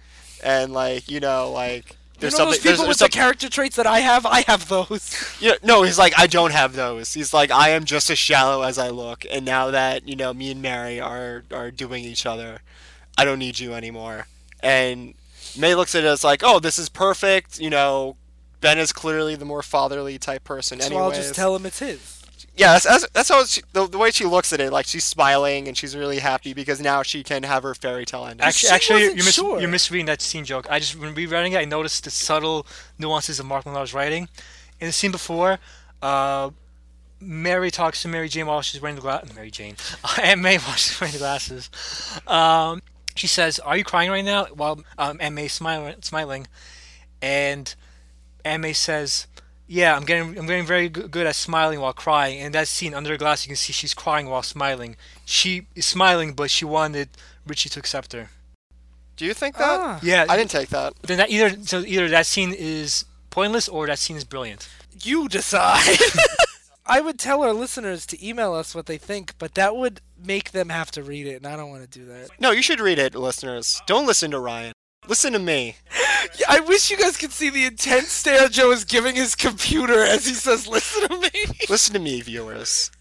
[SPEAKER 1] and like, you know, like there's
[SPEAKER 4] you know
[SPEAKER 1] something.
[SPEAKER 4] those people
[SPEAKER 1] there's,
[SPEAKER 4] with
[SPEAKER 1] there's
[SPEAKER 4] the character traits that I have? I have those.
[SPEAKER 1] some- yeah, no, he's like, I don't have those. He's like, I am just as shallow as I look. And now that you know, me and Mary are are doing each other, I don't need you anymore. And May looks at us like, oh, this is perfect. You know, Ben is clearly the more fatherly type person.
[SPEAKER 4] So
[SPEAKER 1] anyways.
[SPEAKER 4] I'll just tell him it's his.
[SPEAKER 1] yeah, that's that's, that's how she, the, the way she looks at it. Like she's smiling and she's really happy because now she can have her fairy tale ending.
[SPEAKER 5] Actually,
[SPEAKER 4] she
[SPEAKER 5] actually,
[SPEAKER 4] wasn't
[SPEAKER 5] you're, mis-
[SPEAKER 4] sure.
[SPEAKER 5] you're misreading that scene joke. I just when rewriting it, I noticed the subtle nuances of Mark Millar's writing. In the scene before, uh, Mary talks to Mary Jane while she's wearing the glasses. Mary Jane, Aunt May while she's wearing the glasses. Um, she says, "Are you crying right now?" While um, Aunt May smiling, smiling, and Aunt May says. Yeah, I'm getting I'm getting very g- good at smiling while crying. And that scene under the glass, you can see she's crying while smiling. She is smiling, but she wanted Richie to accept her.
[SPEAKER 1] Do you think that?
[SPEAKER 4] Ah.
[SPEAKER 5] Yeah,
[SPEAKER 1] I didn't take that.
[SPEAKER 5] then that either so either that scene is pointless or that scene is brilliant.
[SPEAKER 4] You decide. I would tell our listeners to email us what they think, but that would make them have to read it, and I don't want to do that.
[SPEAKER 1] No, you should read it, listeners. Don't listen to Ryan. Listen to me.
[SPEAKER 4] Yeah, I wish you guys could see the intense stare Joe is giving his computer as he says, "Listen to me."
[SPEAKER 1] Listen to me, viewers.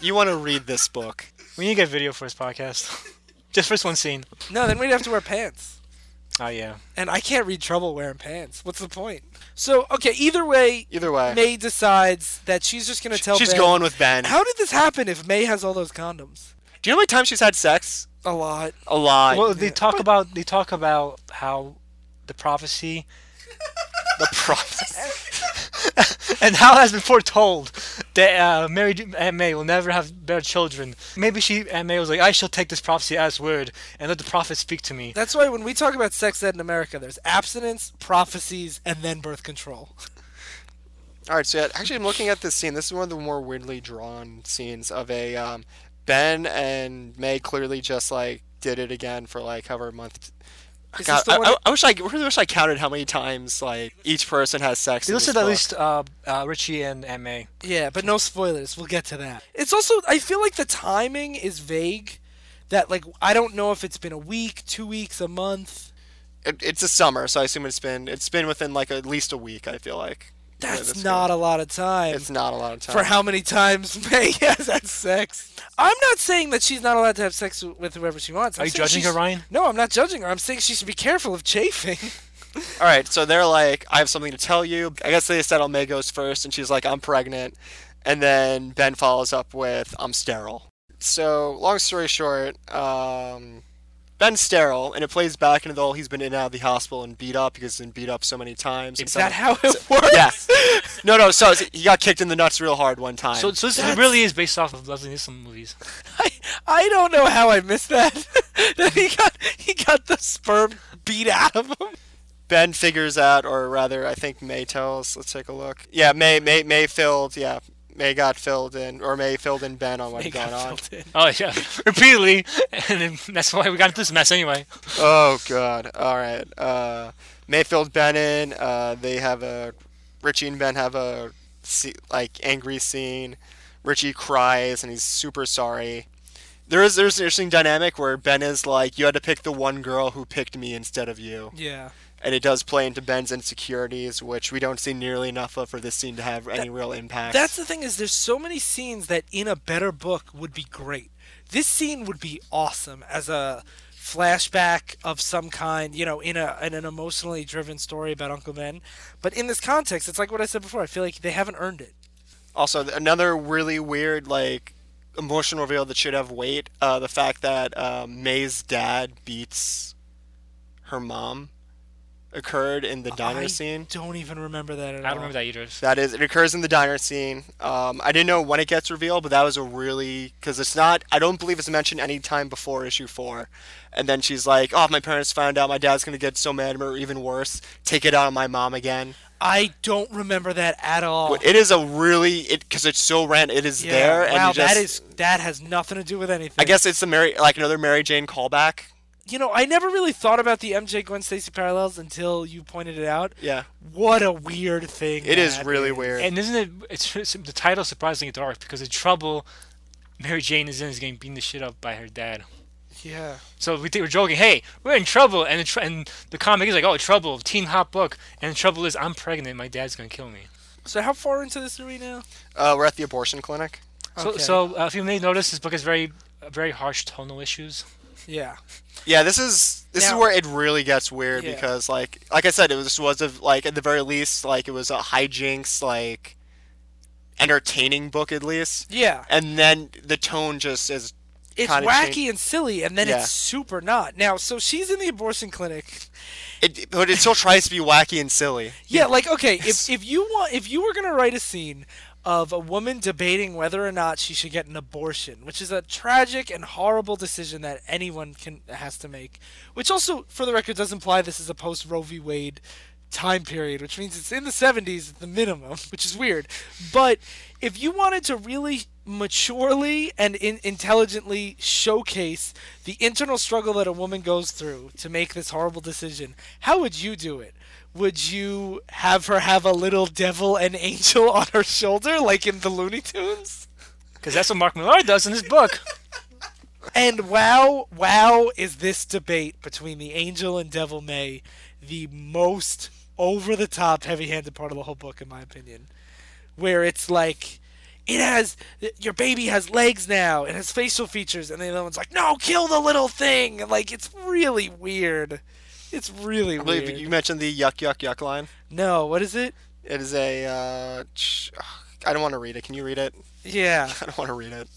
[SPEAKER 1] You want to read this book.
[SPEAKER 5] We need to get video for this podcast. Just for this one scene.
[SPEAKER 4] No, then we'd have to wear pants.
[SPEAKER 5] Oh yeah.
[SPEAKER 4] And I can't read trouble wearing pants. What's the point? So, okay, either way,
[SPEAKER 1] Either way,
[SPEAKER 4] May decides that she's just going to tell
[SPEAKER 1] she's
[SPEAKER 4] Ben.
[SPEAKER 1] going with Ben.
[SPEAKER 4] How did this happen if May has all those condoms?
[SPEAKER 1] Do you know how many times she's had sex?
[SPEAKER 4] A lot.
[SPEAKER 1] A lot.
[SPEAKER 5] Well, they talk about they talk about how the prophecy
[SPEAKER 1] the prophecy.
[SPEAKER 5] and how has been foretold that uh, Mary Aunt May will never have bear children. Maybe she Aunt May was like, I shall take this prophecy as word and let the prophet speak to me.
[SPEAKER 4] That's why when we talk about sex ed in America, there's abstinence, prophecies, and then birth control.
[SPEAKER 1] All right, so yeah, actually, I'm looking at this scene. This is one of the more weirdly drawn scenes of a um, Ben and May clearly just like did it again for like however month.
[SPEAKER 4] Is
[SPEAKER 1] God,
[SPEAKER 4] this the
[SPEAKER 1] I,
[SPEAKER 4] one-
[SPEAKER 1] I, I wish I I really wish I counted how many times like each person has sex.
[SPEAKER 5] They
[SPEAKER 1] in this
[SPEAKER 5] listed at
[SPEAKER 1] book.
[SPEAKER 5] least uh, uh, Richie and Aunt May.
[SPEAKER 4] Yeah, but no spoilers. We'll get to that. It's also I feel like the timing is vague. That like I don't know if it's been a week, two weeks, a month.
[SPEAKER 1] It, it's a summer, so I assume it's been it's been within like at least a week. I feel like Yeah,
[SPEAKER 4] That's
[SPEAKER 1] this
[SPEAKER 4] not
[SPEAKER 1] goes-
[SPEAKER 4] a lot of time.
[SPEAKER 1] It's not a lot of time.
[SPEAKER 4] for how many times May has had sex. I'm not saying that she's not allowed to have sex with whoever she wants. I'm
[SPEAKER 5] Are you
[SPEAKER 4] saying
[SPEAKER 5] judging
[SPEAKER 4] she's-
[SPEAKER 5] her, Ryan?
[SPEAKER 4] No, I'm not judging her. I'm saying she should be careful of chafing.
[SPEAKER 1] All right, so they're like, I have something to tell you. I guess they settle May goes first, and she's like, I'm pregnant. And then Ben follows up with, I'm sterile. So, long story short, um, Ben's sterile, and it plays back into the whole he's been in and out of the hospital and beat up because he's been beat up so many times. and
[SPEAKER 4] Is
[SPEAKER 1] so-
[SPEAKER 4] that how it works?
[SPEAKER 1] Yes. No, no, so he got kicked in the nuts real hard one time.
[SPEAKER 5] So, so this
[SPEAKER 4] That's-
[SPEAKER 5] really is based off of Leslie Nielsen movies.
[SPEAKER 4] I, I don't know how I missed that. that he got he got the sperm beat out of him.
[SPEAKER 1] Ben figures out, or rather, I think May tells. Let's take a look. Yeah, May, May, May filled, yeah. May got filled in, or May filled in Ben on what
[SPEAKER 4] He
[SPEAKER 1] had gone
[SPEAKER 4] got
[SPEAKER 1] on.
[SPEAKER 4] filled in.
[SPEAKER 5] Oh yeah, repeatedly, and then that's why we got into this mess anyway.
[SPEAKER 1] Oh God! All right. Uh, Mayfield Benin. Uh, they have a Richie and Ben have a se- like angry scene. Richie cries and he's super sorry. There is there's an interesting dynamic where Ben is like, "You had to pick the one girl who picked me instead of you,"
[SPEAKER 4] Yeah.
[SPEAKER 1] and it does play into Ben's insecurities, which we don't see nearly enough of for this scene to have any real impact.
[SPEAKER 4] That's the thing is there's so many scenes that in a better book would be great. This scene would be awesome as a flashback of some kind, you know, in a in an emotionally driven story about Uncle Ben. But in this context, it's like what I said before. I feel like they haven't earned it.
[SPEAKER 1] Also, th- another really weird, like, emotional reveal that should have weight. Uh, the fact that um, May's dad beats her mom occurred in the diner
[SPEAKER 4] I
[SPEAKER 1] scene.
[SPEAKER 4] Don't even remember that at
[SPEAKER 5] I
[SPEAKER 4] all.
[SPEAKER 5] don't remember that either.
[SPEAKER 1] That is, it occurs in the diner scene. Um, I didn't know when it gets revealed, but that was a really because it's not. I don't believe it's mentioned any time before issue four. And then she's like, "Oh, if my parents found out. My dad's gonna get so mad, or even worse, take it out on my mom again."
[SPEAKER 4] I don't remember that at all.
[SPEAKER 1] It is a really it because it's so random. It is
[SPEAKER 4] Oh. Yeah,
[SPEAKER 1] there, and
[SPEAKER 4] wow,
[SPEAKER 1] you just,
[SPEAKER 4] that is that has nothing to do with anything.
[SPEAKER 1] I guess it's the Mary, like another Mary Jane callback.
[SPEAKER 4] you know I never really thought about the MJ Gwen Stacy parallels until you pointed it out.
[SPEAKER 1] Yeah,
[SPEAKER 4] What a weird thing!
[SPEAKER 1] it is
[SPEAKER 4] that
[SPEAKER 1] really
[SPEAKER 4] is.
[SPEAKER 1] weird.
[SPEAKER 5] And isn't it? It's, it's the title surprisingly dark because the trouble Mary Jane is in is getting beaten the shit up by her dad.
[SPEAKER 4] Yeah.
[SPEAKER 5] So we think we're joking. Hey, we're in trouble, and the, tr- and the comic is like, oh, trouble, teen hot book, and the trouble is I'm pregnant. My dad's gonna kill me.
[SPEAKER 4] So how far into this are we now?
[SPEAKER 1] uh, we're at the abortion clinic.
[SPEAKER 5] So,
[SPEAKER 4] Okay.
[SPEAKER 5] so uh, if you may notice, this book has very, uh, very harsh tonal issues.
[SPEAKER 4] Yeah.
[SPEAKER 1] Yeah, this is this
[SPEAKER 4] Now-
[SPEAKER 1] is where it really gets weird
[SPEAKER 4] Yeah.
[SPEAKER 1] because, like, like I said, it was this was a, like at the very least, like it was a hijinks, like entertaining book at least.
[SPEAKER 4] Yeah.
[SPEAKER 1] And then the tone just is
[SPEAKER 4] It's
[SPEAKER 1] kinda
[SPEAKER 4] wacky
[SPEAKER 1] changed.
[SPEAKER 4] and silly and then
[SPEAKER 1] Yeah.
[SPEAKER 4] it's super not. Now, so she's in the abortion clinic.
[SPEAKER 1] It, but it still tries to be wacky and silly.
[SPEAKER 4] Yeah, like okay, if if you want if you were going to write a scene of a woman debating whether or not she should get an abortion, which is a tragic and horrible decision that anyone can has to make, which also for the record does imply this is a post Roe v. Wade time period, which means it's in the 70s at the minimum, which is weird. But if you wanted to really maturely and in- intelligently showcase the internal struggle that a woman goes through to make this horrible decision, how would you do it? Would you have her have a little devil and angel on her shoulder, like in the Looney Tunes?
[SPEAKER 5] Because that's what Mark Millar does in his book.
[SPEAKER 4] And wow, wow, is this debate between the angel and devil May the most over the top, heavy handed part of the whole book, in my opinion? Where it's like, it has, your baby has legs now, it has facial features, and the other one's like, no, kill the little thing! And, Like, it's really weird. It's really
[SPEAKER 1] I believe
[SPEAKER 4] weird.
[SPEAKER 1] you mentioned the yuck yuck yuck line.
[SPEAKER 4] No, what is it?
[SPEAKER 1] It is a. Uh, ch- I don't want to read it. Can you read it?
[SPEAKER 4] Yeah.
[SPEAKER 1] I don't want to read it.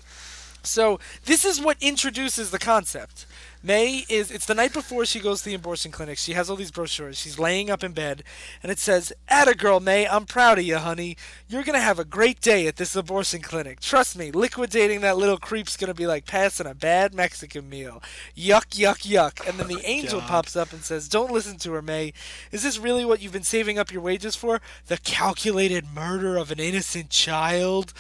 [SPEAKER 4] So this is what introduces the concept. May is it's the night before she goes to the abortion clinic. She has all these brochures. She's laying up in bed and it says, "Atta girl, May, I'm proud of you, honey. You're going to have a great day at this abortion clinic. Trust me, liquidating that little creep's going to be like passing a bad Mexican meal. Yuck, yuck, yuck." And then the angel
[SPEAKER 1] God.
[SPEAKER 4] pops up and says, "Don't listen to her, May. Is this really what you've been saving up your wages for? The calculated murder of an innocent child?"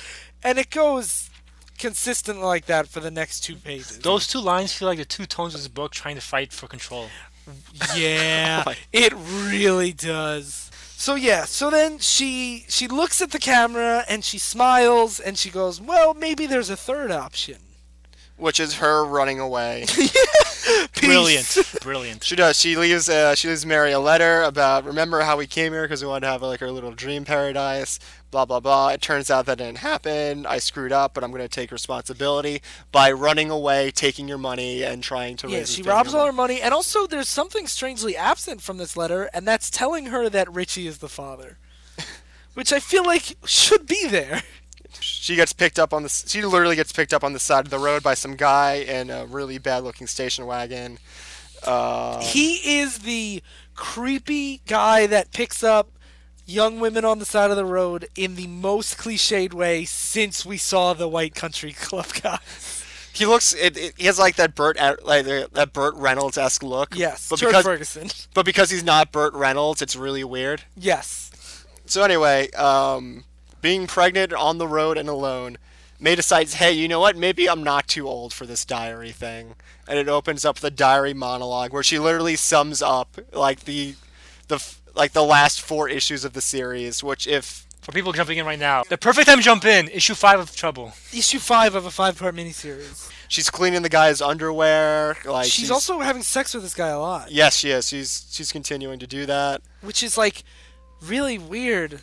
[SPEAKER 4] And it goes consistent like that for the next two pages.
[SPEAKER 5] Those two lines feel like the two tones of his book trying to fight for control.
[SPEAKER 4] Yeah,
[SPEAKER 1] my-
[SPEAKER 4] it really does. So yeah, so then she she looks at the camera and she smiles and she goes, "Well, maybe there's a third option."
[SPEAKER 1] Which is her running away.
[SPEAKER 4] Peace.
[SPEAKER 5] Brilliant. Brilliant.
[SPEAKER 1] she does. She leaves. Uh, she leaves Mary a letter about remember how we came here because we wanted to have like our little dream paradise. Blah blah blah. It turns out that didn't happen. I screwed up, but I'm going to take responsibility by running away, taking your money, and trying to.
[SPEAKER 4] Yeah,
[SPEAKER 1] raise
[SPEAKER 4] she
[SPEAKER 1] this baby
[SPEAKER 4] robs all her
[SPEAKER 1] alone.
[SPEAKER 4] money, and also there's something strangely absent from this letter, and that's telling her that Richie is the father, which I feel like should be there.
[SPEAKER 1] She gets picked up on the. She literally gets picked up on the side of the road by some guy in a really bad-looking station wagon. Uh,
[SPEAKER 4] He is the creepy guy that picks up young women on the side of the road in the most cliched way since we saw the White Country Club guy.
[SPEAKER 1] He looks. It, it, he has like that Burt Ad- like uh, that Burt Reynolds esque look.
[SPEAKER 4] Yes,
[SPEAKER 1] but
[SPEAKER 4] George
[SPEAKER 1] because
[SPEAKER 4] Ferguson.
[SPEAKER 1] but because he's not Burt Reynolds, it's really weird.
[SPEAKER 4] Yes.
[SPEAKER 1] So anyway, um, being pregnant on the road and alone, May decides, hey, you know what? Maybe I'm not too old for this diary thing, and it opens up the diary monologue where she literally sums up like the the f- like the last four issues of the series, which if
[SPEAKER 5] For people jumping in right now, the perfect time to jump in, issue five of Trouble.
[SPEAKER 4] Issue five of a five-part miniseries.
[SPEAKER 1] she's cleaning the guy's underwear, like
[SPEAKER 4] She's, also having sex with this guy a lot,
[SPEAKER 1] yes, she is. She's she's continuing to do that.
[SPEAKER 4] which is like really weird.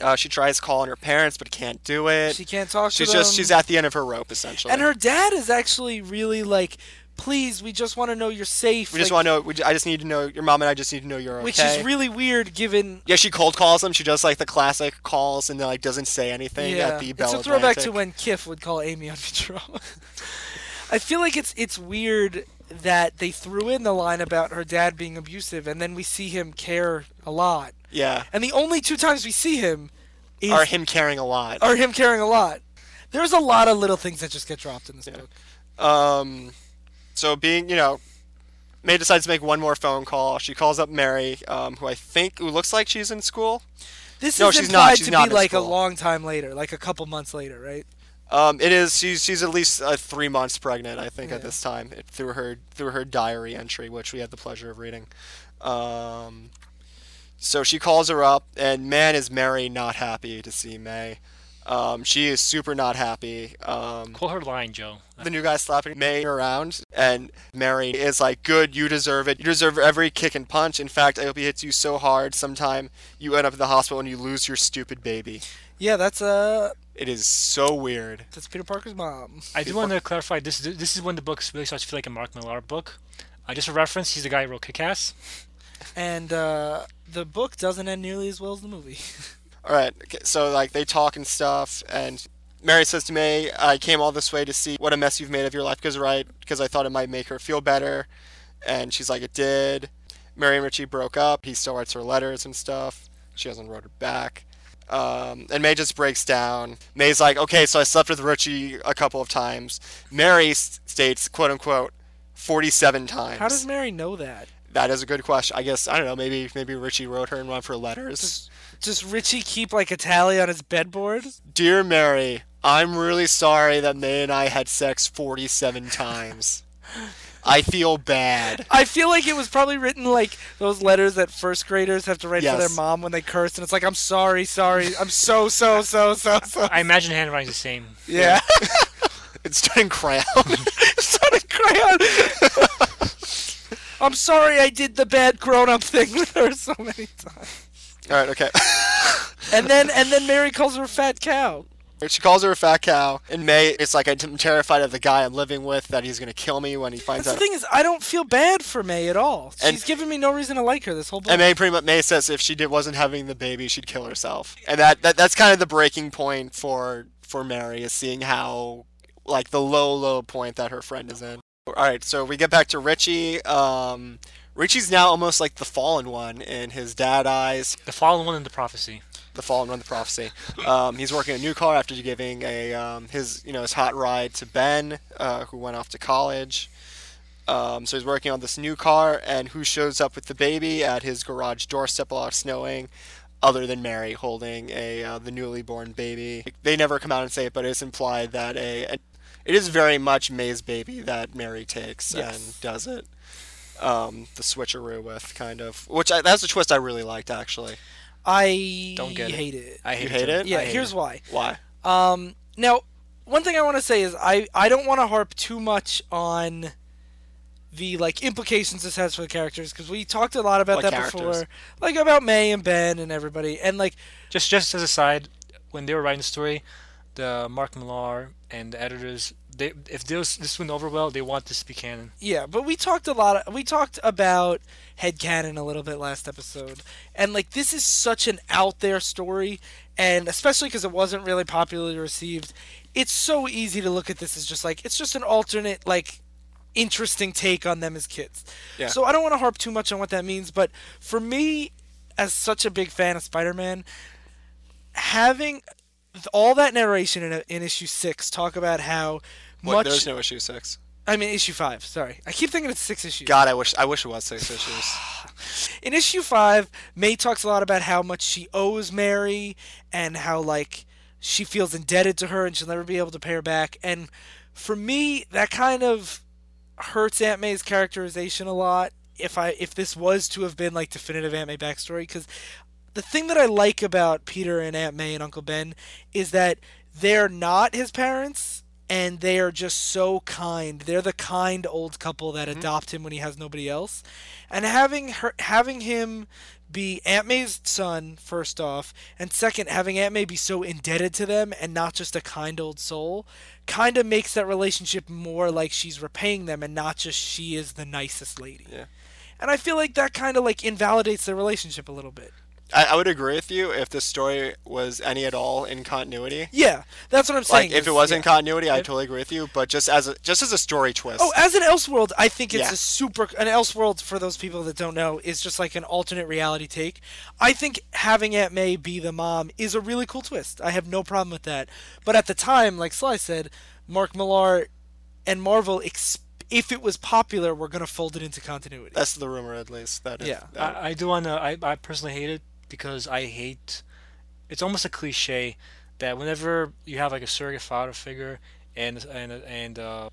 [SPEAKER 1] Uh, she tries calling her parents, but can't do it.
[SPEAKER 4] She can't talk
[SPEAKER 1] she's
[SPEAKER 4] to them.
[SPEAKER 1] just she's at the end of her rope essentially.
[SPEAKER 4] and her dad is actually really like, please, we just want to know you're safe.
[SPEAKER 1] we just
[SPEAKER 4] like-
[SPEAKER 1] want to know. We, ju- I just need to know your mom and I just need to know you're okay.
[SPEAKER 4] Which is really weird given
[SPEAKER 1] yeah, she cold calls him. She does like the classic calls and then like doesn't say anything
[SPEAKER 4] yeah.
[SPEAKER 1] at the Bell
[SPEAKER 4] It's a throwback to
[SPEAKER 1] Atlantic.
[SPEAKER 4] when Kiff would call Amy on Futurama. I feel like it's it's weird that they threw in the line about her dad being abusive, and then we see him care a lot.
[SPEAKER 1] yeah,
[SPEAKER 4] And the only two times we see him is
[SPEAKER 1] or him carrying a lot.
[SPEAKER 4] are him caring a lot. There's a lot of little things that just get dropped in this book.
[SPEAKER 1] Um, so being you know, May decides to make one more phone call. She calls up Mary, um, who I think who looks like she's in school.
[SPEAKER 4] This
[SPEAKER 1] No,
[SPEAKER 4] is
[SPEAKER 1] she's not.
[SPEAKER 4] implied
[SPEAKER 1] She's
[SPEAKER 4] to
[SPEAKER 1] not
[SPEAKER 4] be
[SPEAKER 1] in
[SPEAKER 4] like a
[SPEAKER 1] school.
[SPEAKER 4] long time later, like a couple months later, right?
[SPEAKER 1] Um, it is she's she's at least uh, three months pregnant, I think, at this time it, through her through her diary entry, which we had the pleasure of reading. Um, so she calls her up, and man, is Mary not happy to see May. Um, she is super not happy. Um,
[SPEAKER 5] Call her line, Joe.
[SPEAKER 1] the new guy slapping May around, and Mary is like, "Good, you deserve it. You deserve every kick and punch. In fact, I hope he hits you so hard sometime you end up in the hospital and you lose your stupid baby."
[SPEAKER 4] Yeah, that's uh
[SPEAKER 1] It is so weird.
[SPEAKER 4] that's Peter Parker's mom.
[SPEAKER 5] I do want to clarify this. This is when the book really starts to feel like a Mark Millar book. Uh, just a reference, he's the guy who wrote Kick-Ass.
[SPEAKER 4] And uh the book doesn't end nearly as well as the movie.
[SPEAKER 1] All right. okay, So like they talk and stuff, and Mary says to May, "I came all this way to see what a mess you've made of your life, because right, because I thought it might make her feel better." And she's like, "It did." Mary and Richie broke up. He still writes her letters and stuff. She hasn't wrote her back. Um, and May just breaks down. May's like, "Okay, so I slept with Richie a couple of times." Mary s- states, "quote unquote." 47 times.
[SPEAKER 4] How does Mary know that?
[SPEAKER 1] that is a good question. I guess I don't know. Maybe maybe Richie wrote her in one of her letters.
[SPEAKER 4] Does Richie keep like a tally on his bedboard?
[SPEAKER 1] Dear Mary, I'm really sorry that May and I had sex 47 times. I feel bad.
[SPEAKER 4] I feel like it was probably written like those letters that first graders have to write for
[SPEAKER 1] Yes.
[SPEAKER 4] their mom when they curse, and it's like, I'm sorry, sorry, I'm so, so, so, so, so.
[SPEAKER 5] I imagine handwriting's the same.
[SPEAKER 4] Yeah.
[SPEAKER 1] It's turning crown.
[SPEAKER 4] Sonic Crayon! I'm sorry I did the bad grown up thing with her so many times.
[SPEAKER 1] All right, okay.
[SPEAKER 4] And then and then Mary calls her a fat cow.
[SPEAKER 1] She calls her a fat cow. In May, it's like I'm terrified of the guy I'm living with that he's gonna kill me when he finds
[SPEAKER 4] That's the
[SPEAKER 1] out.
[SPEAKER 4] thing is I don't feel bad for May at all. She's
[SPEAKER 1] And-
[SPEAKER 4] given me no reason to like her this whole book.
[SPEAKER 1] And May pretty much May says if she did, wasn't having the baby, she'd kill herself. And that, that that's kind of the breaking point for for Mary is seeing how like the low low point that her friend is in. All right, so we get back to Richie. Um, Richie's now almost like the fallen one in his dad eyes.
[SPEAKER 5] The fallen one in the prophecy.
[SPEAKER 1] The fallen one, the prophecy. Um, he's working a new car after giving a um, his you know his hot ride to Ben, uh, who went off to college. Um, so he's working on this new car, and who shows up with the baby at his garage doorstep while it's snowing, other than Mary holding a uh, the newly born baby. They never come out and say it, but it's implied that a, a- it is very much May's baby that Mary takes and does it. Um, the switcheroo with kind of, which I, that's a twist I really liked actually.
[SPEAKER 4] I
[SPEAKER 5] Don't get it.
[SPEAKER 4] hate it.
[SPEAKER 5] I
[SPEAKER 1] You
[SPEAKER 5] hate,
[SPEAKER 1] hate
[SPEAKER 5] too.
[SPEAKER 1] it?
[SPEAKER 4] Yeah,
[SPEAKER 5] I hate
[SPEAKER 4] here's
[SPEAKER 5] it.
[SPEAKER 4] why.
[SPEAKER 1] Why?
[SPEAKER 4] Um, now, one thing I want to say is I, I don't want to harp too much on the like implications this has for the characters because we talked a lot about
[SPEAKER 1] What
[SPEAKER 4] that
[SPEAKER 1] characters?
[SPEAKER 4] before, like about May and Ben and everybody, and like
[SPEAKER 5] Just just as a side, when they were writing the story, the Mark Millar and the editors, they if this this went over well, they want this to be canon.
[SPEAKER 4] Yeah, but we talked a lot. we talked about headcanon a little bit last episode, and like this is such an out there story, and especially because it wasn't really popularly received, it's so easy to look at this as just like it's just an alternate like interesting take on them as kids.
[SPEAKER 1] Yeah.
[SPEAKER 4] So I don't want to harp too much on what that means, but for me, as such a big fan of Spider Man, having th- all that narration in, in issue six talk about how
[SPEAKER 1] What,
[SPEAKER 4] much
[SPEAKER 1] There's no issue six.
[SPEAKER 4] I mean, issue five. Sorry, I keep thinking it's six issues.
[SPEAKER 1] God, I wish I wish it was six issues.
[SPEAKER 4] In issue five, May talks a lot about how much she owes Mary and how like she feels indebted to her and she'll never be able to pay her back. And for me, that kind of hurts Aunt May's characterization a lot. If I if this was to have been like definitive Aunt May backstory, because the thing that I like about Peter and Aunt May and Uncle Ben is that they're not his parents and they are just so kind. They're the kind old couple that adopt him when he has nobody else. And having her, having him be Aunt May's son first off, and second having Aunt May be so indebted to them and not just a kind old soul kind of makes that relationship more like she's repaying them and not just she is the nicest lady.
[SPEAKER 1] Yeah.
[SPEAKER 4] And I feel like that kind of like invalidates their relationship a little bit.
[SPEAKER 1] I, I would agree with you if this story was any at all in continuity.
[SPEAKER 4] Yeah, that's what I'm saying.
[SPEAKER 1] Like if
[SPEAKER 4] is-
[SPEAKER 1] it was
[SPEAKER 4] yeah.
[SPEAKER 1] in continuity, I totally agree with you. But just as a, just as a story twist,
[SPEAKER 4] Oh, as an Elseworld, I think it's
[SPEAKER 1] Yeah.
[SPEAKER 4] a super. An Elseworld, for those people that don't know, is just like an alternate reality take. I think having Aunt May be the mom is a really cool twist. I have no problem with that. But at the time, like Sly said, Mark Millar and Marvel, ex- if it was popular, were going to fold it into continuity.
[SPEAKER 1] that's the rumor at least. That if-
[SPEAKER 4] Yeah.
[SPEAKER 1] that-
[SPEAKER 5] I, I do wanna. I, I personally hate it because I hate. It's almost a cliche that whenever you have like a surrogate father figure and and and uh,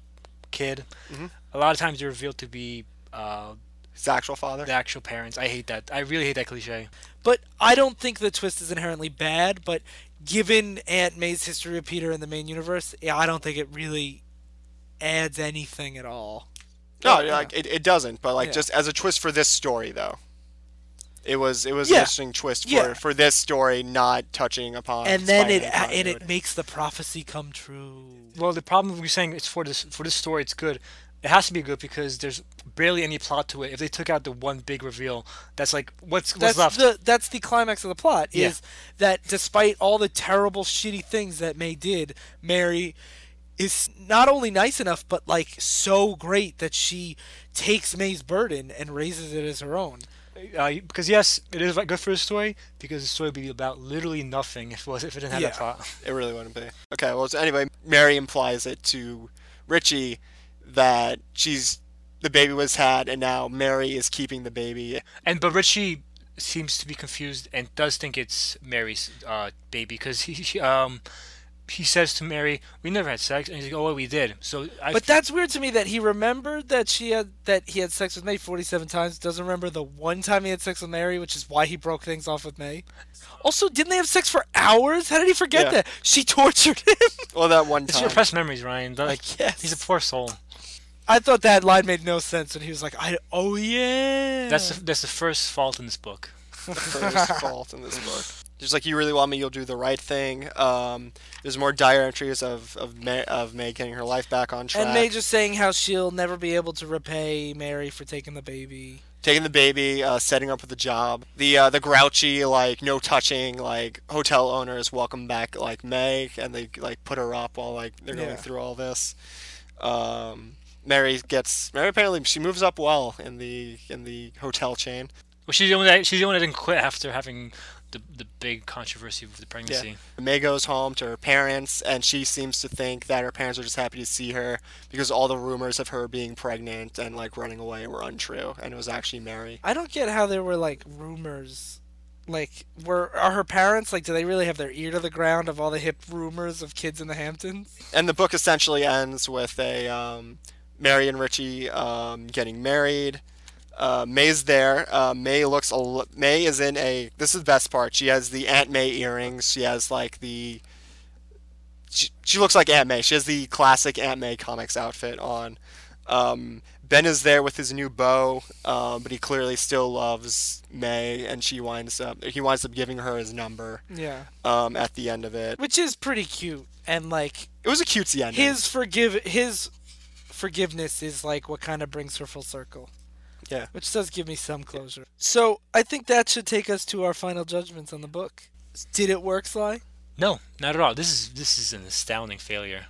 [SPEAKER 5] kid,
[SPEAKER 4] Mm-hmm.
[SPEAKER 5] a lot of times you're revealed to be uh,
[SPEAKER 1] his actual father.
[SPEAKER 5] the actual parents. I hate that. I really hate that cliche.
[SPEAKER 4] But I don't think the twist is inherently bad. But given Aunt May's history with Peter in the main universe, yeah, I don't think it really adds anything at all.
[SPEAKER 1] no, like it, it doesn't. But like
[SPEAKER 4] Yeah.
[SPEAKER 1] just as a twist for this story, though, it was it was
[SPEAKER 4] Yeah.
[SPEAKER 1] an interesting twist for
[SPEAKER 4] Yeah.
[SPEAKER 1] for this story, not touching upon.
[SPEAKER 4] and then it
[SPEAKER 1] Spider-Man
[SPEAKER 4] and
[SPEAKER 1] continuity.
[SPEAKER 4] it makes the prophecy come true.
[SPEAKER 5] Well, the problem with you saying it's for this for this story, it's good. It has to be good because there's barely any plot to it. If they took out the one big reveal, that's like what's
[SPEAKER 4] That's
[SPEAKER 5] what's left.
[SPEAKER 4] the that's the climax of the plot
[SPEAKER 5] Yeah.
[SPEAKER 4] is that despite all the terrible shitty things that May did, Mary is not only nice enough but like so great that she takes May's burden and raises it as her own.
[SPEAKER 5] uh, because yes, it is like, good for the story because the story would be about literally nothing if it was if it didn't have
[SPEAKER 4] Yeah.
[SPEAKER 5] that plot.
[SPEAKER 1] It really wouldn't be. Okay, well, so anyway, Mary implies it to Richie that she's the baby was had, and now Mary is keeping the baby.
[SPEAKER 5] And but Richie seems to be confused and does think it's Mary's uh, baby because he, he um he says to Mary, "We never had sex," and he's like, "Oh, well, we did." So I
[SPEAKER 4] But that's weird to me that he remembered that she had that he had sex with May 47 times. Doesn't remember the one time he had sex with Mary, which is why he broke things off with May. Also, didn't they have sex for hours? How did he forget
[SPEAKER 1] Yeah.
[SPEAKER 4] that? She tortured him.
[SPEAKER 1] Well, that one
[SPEAKER 5] it's
[SPEAKER 1] time.
[SPEAKER 5] repressed memories, Ryan. Like
[SPEAKER 4] guess.
[SPEAKER 5] he's a poor soul.
[SPEAKER 4] I thought that line made no sense, and he was like, "I oh yeah."
[SPEAKER 5] That's the, that's the first fault in this book.
[SPEAKER 1] first fault in this book. Just like you really want me, you'll do the right thing. Um, there's more dire entries of of May, of May getting her life back on track,
[SPEAKER 4] and May just saying how she'll never be able to repay Mary for taking the baby.
[SPEAKER 1] taking the baby, uh, setting up with a job. The uh, the grouchy like no touching like hotel owners welcome back like May, and they like put her up while like they're going
[SPEAKER 4] Yeah.
[SPEAKER 1] through all this. Um, Mary gets Mary apparently she moves up well in the in the hotel chain.
[SPEAKER 5] Well, she's the only that, she's the only that didn't quit after having the the big controversy with the pregnancy.
[SPEAKER 1] May goes home to her parents, and she seems to think that her parents are just happy to see her because all the rumors of her being pregnant and like running away were untrue, and it was actually Mary.
[SPEAKER 4] I don't get how there were like rumors. Like, were are her parents like? Do they really have their ear to the ground of all the hip rumors of kids in the Hamptons?
[SPEAKER 1] And the book essentially ends with a um, Mary and Richie um, getting married. Uh, May's there. Uh, May looks. A l- May is in a. This is the best part. She has the Aunt May earrings. She has like the. She, she looks like Aunt May. She has the classic Aunt May comics outfit on. Um, ben is there with his new beau, um, but he clearly still loves May, and she winds up. He winds up giving her his number
[SPEAKER 4] Yeah,
[SPEAKER 1] um, at the end of it.
[SPEAKER 4] which is pretty cute. And like
[SPEAKER 1] It was a cutesy ending.
[SPEAKER 4] his forgive his forgiveness is like what kind of brings her full circle.
[SPEAKER 1] Yeah.
[SPEAKER 4] which does give me some closure. So I think that should take us to our final judgments on the book. Did it work, Sly?
[SPEAKER 5] No, not at all. This is this is an astounding failure.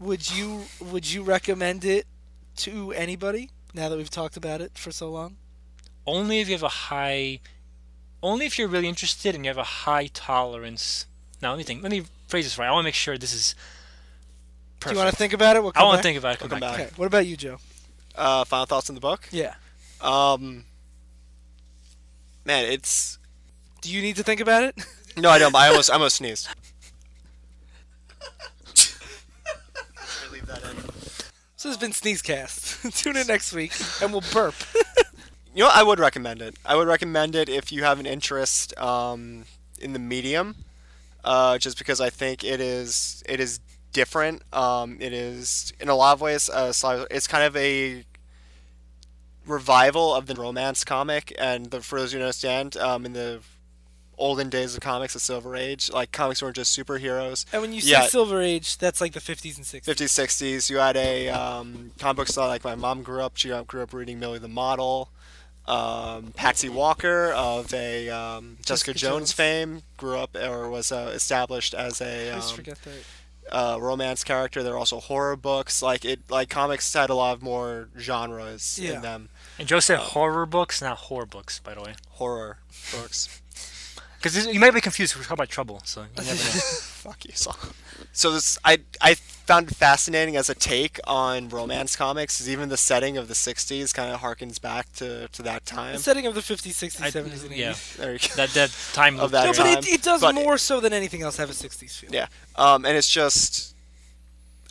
[SPEAKER 4] Would you would you recommend it to anybody? Now that we've talked about it for so long.
[SPEAKER 5] Only if you have a high, only if you're really interested and you have a high tolerance. Now let me think. Let me phrase this right. I want to make sure this is. Perfect.
[SPEAKER 4] Do you want to think about it? We'll come
[SPEAKER 5] I want to
[SPEAKER 4] back.
[SPEAKER 5] think about it. Come
[SPEAKER 1] Welcome
[SPEAKER 5] back.
[SPEAKER 1] back.
[SPEAKER 4] Okay. What about you, Joe?
[SPEAKER 1] Uh, final thoughts on the book.
[SPEAKER 4] Yeah.
[SPEAKER 1] Um, man, it's
[SPEAKER 4] Do you need to think about it?
[SPEAKER 1] no, I don't. but I almost, I almost sneezed.
[SPEAKER 4] so this has been Sneezecast. Tune in next week, and we'll burp.
[SPEAKER 1] You know, I would recommend it. I would recommend it if you have an interest um, in the medium, uh, just because I think it is it is different. Um, it is in a lot of ways, uh, sli- it's kind of a revival of the romance comic. And the, for those who don't understand, um, in the olden days of comics, the Silver Age, like comics weren't just superheroes.
[SPEAKER 4] and when you say
[SPEAKER 1] Yeah.
[SPEAKER 4] Silver Age, that's like the 50s and 60s.
[SPEAKER 1] 50s, 60s. You had a um, comic book store like my mom grew up. She um, grew up reading Millie the Model, um, Patsy Walker of a um, Jessica,
[SPEAKER 4] Jessica
[SPEAKER 1] Jones,
[SPEAKER 4] Jones.
[SPEAKER 1] fame. Grew up or was uh, established as a
[SPEAKER 4] I always
[SPEAKER 1] um,
[SPEAKER 4] forget that.
[SPEAKER 1] uh, romance character. There were also horror books. Like it, like comics had a lot more genres
[SPEAKER 4] Yeah.
[SPEAKER 1] in them.
[SPEAKER 5] And Joe said horror books, not horror books, by the way.
[SPEAKER 1] Horror books.
[SPEAKER 5] Because you might be confused. We're talking about trouble, so you never know.
[SPEAKER 1] Fuck you, Saul. So this, I I found it fascinating as a take on romance comics. 'cause even the setting of the '60s kind of harkens back to, to that
[SPEAKER 4] The
[SPEAKER 1] time.
[SPEAKER 4] setting of the 50s, 60s,
[SPEAKER 5] I-
[SPEAKER 4] 70s, and 80s.
[SPEAKER 5] yeah,
[SPEAKER 1] There you go.
[SPEAKER 5] that that time
[SPEAKER 1] Of
[SPEAKER 5] loop.
[SPEAKER 1] that
[SPEAKER 4] No,
[SPEAKER 1] time.
[SPEAKER 4] but it, it does
[SPEAKER 1] But-
[SPEAKER 4] more so than anything else have a 60s feel.
[SPEAKER 1] Yeah. Um, and it's just,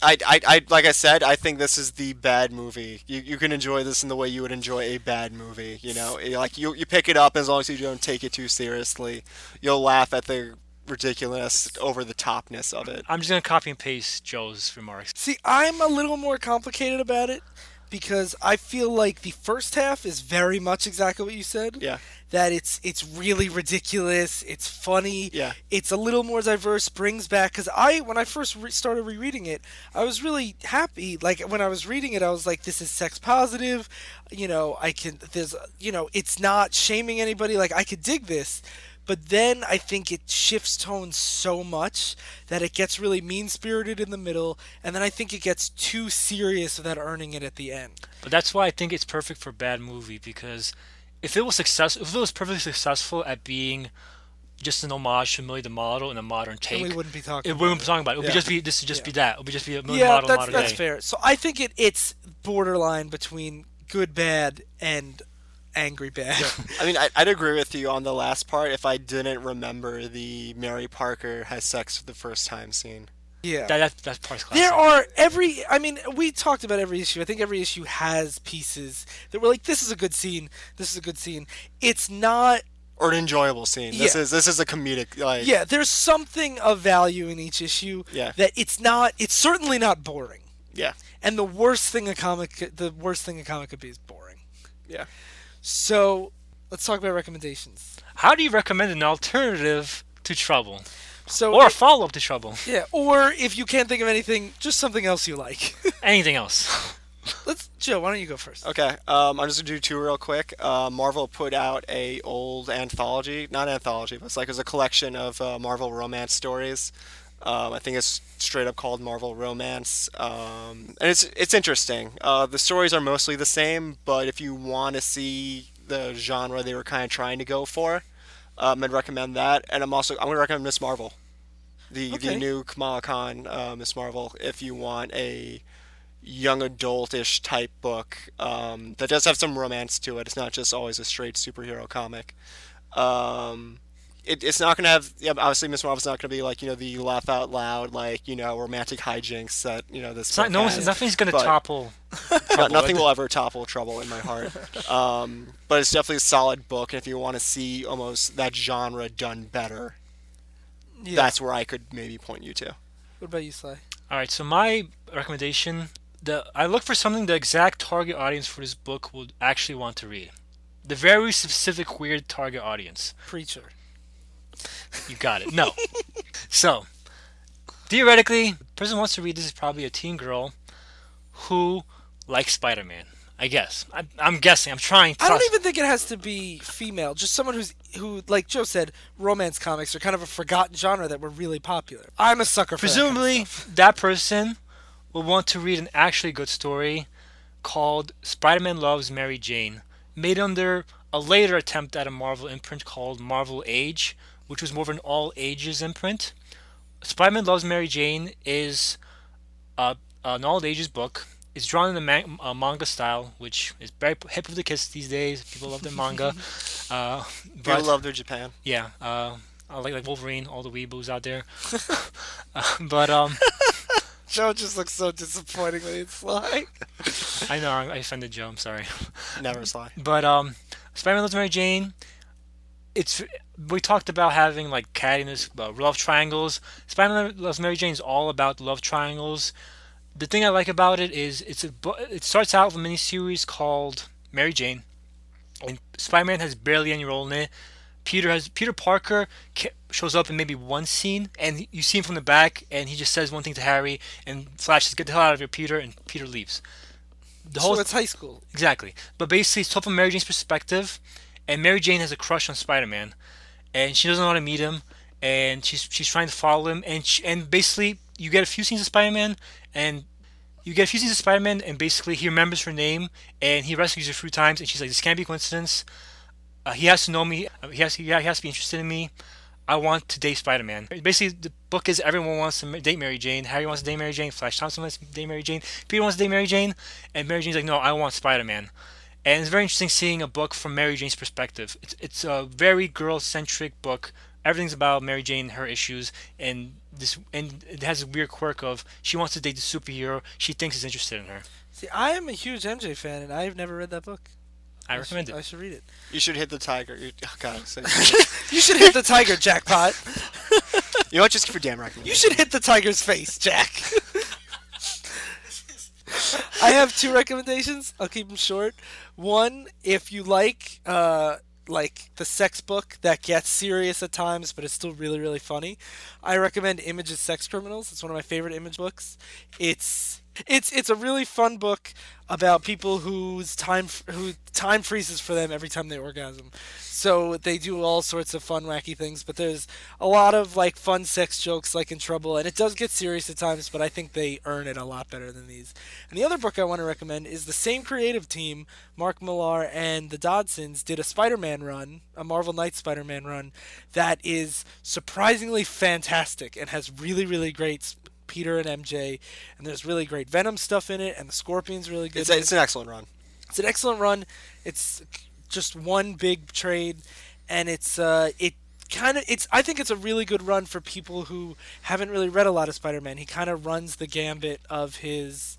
[SPEAKER 1] I, I, I, like I said, I think this is the bad movie. You, you can enjoy this in the way you would enjoy a bad movie. You know, It- like you, you pick it up as long as you don't take it too seriously. You'll laugh at the ridiculous, over the topness of it.
[SPEAKER 5] I'm just gonna copy and paste Joe's remarks.
[SPEAKER 4] See, I'm a little more complicated about it because I feel like the first half is very much exactly what you said.
[SPEAKER 1] Yeah.
[SPEAKER 4] That it's it's really ridiculous. It's funny.
[SPEAKER 1] Yeah.
[SPEAKER 4] It's a little more diverse. Brings back because I when I first re- started rereading it, I was really happy. Like when I was reading it, I was like, "This is sex positive." You know, I can. There's you know, it's not shaming anybody. Like I could dig this. But then I think it shifts tone so much that it gets really mean spirited in the middle, and then I think it gets too serious without earning it at the end.
[SPEAKER 5] But that's why I think it's perfect for bad movie because if it was success, if it was perfectly successful at being just an homage to Millie the Model and a modern take,
[SPEAKER 4] And we wouldn't be talking.
[SPEAKER 5] it
[SPEAKER 4] about
[SPEAKER 5] wouldn't be talking about it. It would
[SPEAKER 1] Yeah.
[SPEAKER 5] just be this would just be that. It would just be a Millie the
[SPEAKER 4] yeah,
[SPEAKER 5] Model
[SPEAKER 4] that's
[SPEAKER 5] modern
[SPEAKER 4] that's
[SPEAKER 5] day.
[SPEAKER 4] fair. So I think it it's borderline between good bad and angry bad.
[SPEAKER 1] I mean, I, I'd agree with you on the last part if I didn't remember the Mary Parker has sex for the first time scene.
[SPEAKER 4] Yeah.
[SPEAKER 5] That, that that part's classic.
[SPEAKER 4] There are every. I mean, we talked about every issue. I think every issue has pieces that were like, "This is a good scene. This is a good scene." It's not.
[SPEAKER 1] Or an enjoyable scene. This
[SPEAKER 4] Yeah.
[SPEAKER 1] is this is a comedic like
[SPEAKER 4] Yeah, there's something of value in each issue.
[SPEAKER 1] Yeah.
[SPEAKER 4] That it's not. It's certainly not boring.
[SPEAKER 1] yeah.
[SPEAKER 4] And the worst thing a comic, c- the worst thing a comic could be is boring.
[SPEAKER 1] Yeah.
[SPEAKER 4] So let's talk about recommendations.
[SPEAKER 5] How do you recommend an alternative to Trouble
[SPEAKER 4] So
[SPEAKER 5] or a follow up to Trouble?
[SPEAKER 4] yeah, or if you can't think of anything, just something else you like.
[SPEAKER 5] Anything else?
[SPEAKER 4] let's Joe. Why don't you go first?
[SPEAKER 1] Okay, um, I'm just gonna do two real quick. Uh, Marvel put out a old anthology, not anthology, but it's like it was a collection of uh, Marvel romance stories. Um, I think it's straight up called Marvel Romance, um, and it's it's interesting. Uh, the stories are mostly the same, but if you want to see the genre they were kind of trying to go for, um, I'd recommend that. And I'm also I'm gonna recommend Miss Marvel, the
[SPEAKER 4] Okay.
[SPEAKER 1] the new Kamala Khan uh, Miss Marvel, if you want a young adultish type book um, that does have some romance to it. It's not just always a straight superhero comic. Um, it, it's not gonna have yeah, obviously Miss Marvel's not gonna be like you know the laugh out loud like you know romantic hijinks that you know this.
[SPEAKER 5] It's not, no,
[SPEAKER 1] podcast-
[SPEAKER 5] one's, nothing's gonna
[SPEAKER 1] but-
[SPEAKER 5] topple.
[SPEAKER 1] no- nothing will ever topple trouble in my heart. Um, but it's definitely a solid book, and if you want to see almost that genre done better,
[SPEAKER 4] Yeah.
[SPEAKER 1] that's where I could maybe point you to.
[SPEAKER 4] What about you, Sly?
[SPEAKER 5] All right, so my recommendation: the I look for something the exact target audience for this book would actually want to read. The very specific, weird target audience.
[SPEAKER 4] Preacher.
[SPEAKER 5] You got it. No. so, theoretically, the person who wants to read this is probably a teen girl who likes Spider-Man. I guess. I, I'm guessing. I'm trying. To
[SPEAKER 4] I don't even think it has to be female. Just someone who's who, like Joe said, romance comics are kind of a forgotten genre that were really popular. I'm a sucker for that kind of
[SPEAKER 5] Presumably,
[SPEAKER 4] stuff.
[SPEAKER 5] that person will want to read an actually good story called Spider-Man Loves Mary Jane, made under a later attempt at a Marvel imprint called Marvel Age, which was more of an all ages imprint. Spider-Man Loves Mary Jane is uh, an all ages book. It's drawn in the man- uh, manga style, which is very hip of the kids these days. People love their manga. Uh,
[SPEAKER 1] But I
[SPEAKER 5] but-
[SPEAKER 1] love their Japan.
[SPEAKER 5] yeah, uh, I like like Wolverine, all the weeboos out there. Uh, but um,
[SPEAKER 4] Joe just looks so disappointingly at Sly.
[SPEAKER 5] I know I I offended Joe. I'm sorry.
[SPEAKER 1] Never sly.
[SPEAKER 5] But um, Spider-Man Loves Mary Jane. It's we talked about having like cattiness, uh, love triangles. Spider-Man Loves Mary Jane is all about love triangles. The thing I like about it is it's a bu- it starts out with a miniseries called Mary Jane, and Spider-Man has barely any role in it. Peter has Peter Parker ca- shows up in maybe one scene, and you see him from the back, and he just says one thing to Harry, and Flash says, "Get the hell out of here, Peter," and Peter leaves. The
[SPEAKER 4] So it's high school.
[SPEAKER 5] Exactly. But basically, it's told from Mary Jane's perspective, and Mary Jane has a crush on Spider-Man, and she doesn't want to meet him, and she's she's trying to follow him, and she, and basically, you get a few scenes of Spider-Man, and you get a few scenes of Spider-Man, and basically, he remembers her name, and he rescues her a few times, and she's like, "This can't be a coincidence. Uh, he has to know me. uh, He has he ha- he has to be interested in me." I want to date Spider-Man. Basically, the book is everyone wants to ma- date Mary Jane. Harry wants to date Mary Jane. Flash Thompson wants to date Mary Jane. Peter wants to date Mary Jane, and Mary Jane's like, no, I want Spider-Man. And it's very interesting seeing a book from Mary Jane's perspective. It's, it's a very girl-centric book. Everything's about Mary Jane, and her issues, and this, and it has a weird quirk of she wants to date the superhero she thinks is interested in her.
[SPEAKER 4] See, I am a huge MJ fan, and I've never read that book.
[SPEAKER 5] I recommend
[SPEAKER 4] should, I
[SPEAKER 5] it.
[SPEAKER 4] should read it.
[SPEAKER 1] You should hit the tiger. You, oh, God, so-
[SPEAKER 4] You should hit the tiger jackpot.
[SPEAKER 1] you know what? Just give a damn recommendation.
[SPEAKER 4] You should hit the tiger's face, Jack. I have two recommendations. I'll keep them short. One, if you like, uh, like the sex book that gets serious at times, but it's still really, really funny, I recommend Image's Sex Criminals. It's one of my favorite Image books. It's it's it's a really fun book about people whose time who time freezes for them every time they orgasm. So they do all sorts of fun wacky things, but there's a lot of like fun sex jokes like in Trouble and it does get serious at times, but I think they earn it a lot better than these. And the other book I want to recommend is the same creative team, Mark Millar and the Dodsons did a Spider-Man run, a Marvel Knights Spider-Man run that is surprisingly fantastic and has really really great sp- Peter and MJ, and there's really great Venom stuff in it, and the Scorpion's really good.
[SPEAKER 1] It's, a- it's an excellent run.
[SPEAKER 4] It's an excellent run. It's just one big trade, and it's uh, it kind of it's I think it's a really good run for people who haven't really read a lot of Spider-Man. He kind of runs the gambit of his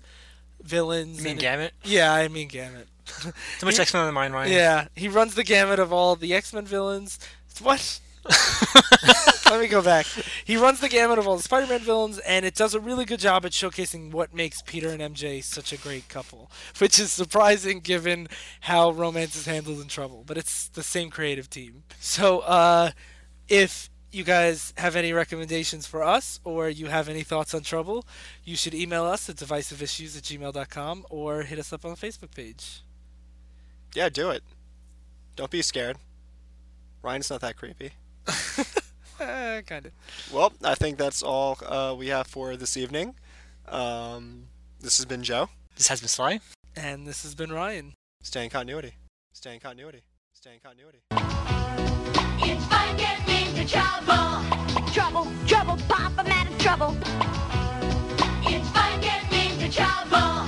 [SPEAKER 4] villains.
[SPEAKER 5] You mean
[SPEAKER 4] and it-
[SPEAKER 5] Gamut?
[SPEAKER 4] yeah, I mean gamut.
[SPEAKER 5] Too much
[SPEAKER 4] You-
[SPEAKER 5] X Men on the mind, Ryan.
[SPEAKER 4] Yeah, he runs the gamut of all the X-Men villains. What? Let me go back. He runs the gamut of all the Spider-Man villains, and it does a really good job at showcasing what makes Peter and MJ such a great couple, which is surprising given how romance is handled in Trouble. But it's the same creative team. So, uh, if you guys have any recommendations for us or you have any thoughts on Trouble, you should email us at divisiveissues at gmail.com or hit us up on the Facebook page.
[SPEAKER 1] Yeah, do it. Don't be scared. Ryan's not that creepy.
[SPEAKER 4] Uh, kind of.
[SPEAKER 1] Well, I think that's all uh, we have for this evening. Um, this has been Joe.
[SPEAKER 5] This has been Sly.
[SPEAKER 4] And this has been Ryan.
[SPEAKER 1] Stay in continuity. Stay in continuity. Stay in continuity.
[SPEAKER 2] It's fun getting into trouble.
[SPEAKER 3] Trouble, trouble, Pop, I'm out of trouble.
[SPEAKER 2] It's fun getting into trouble.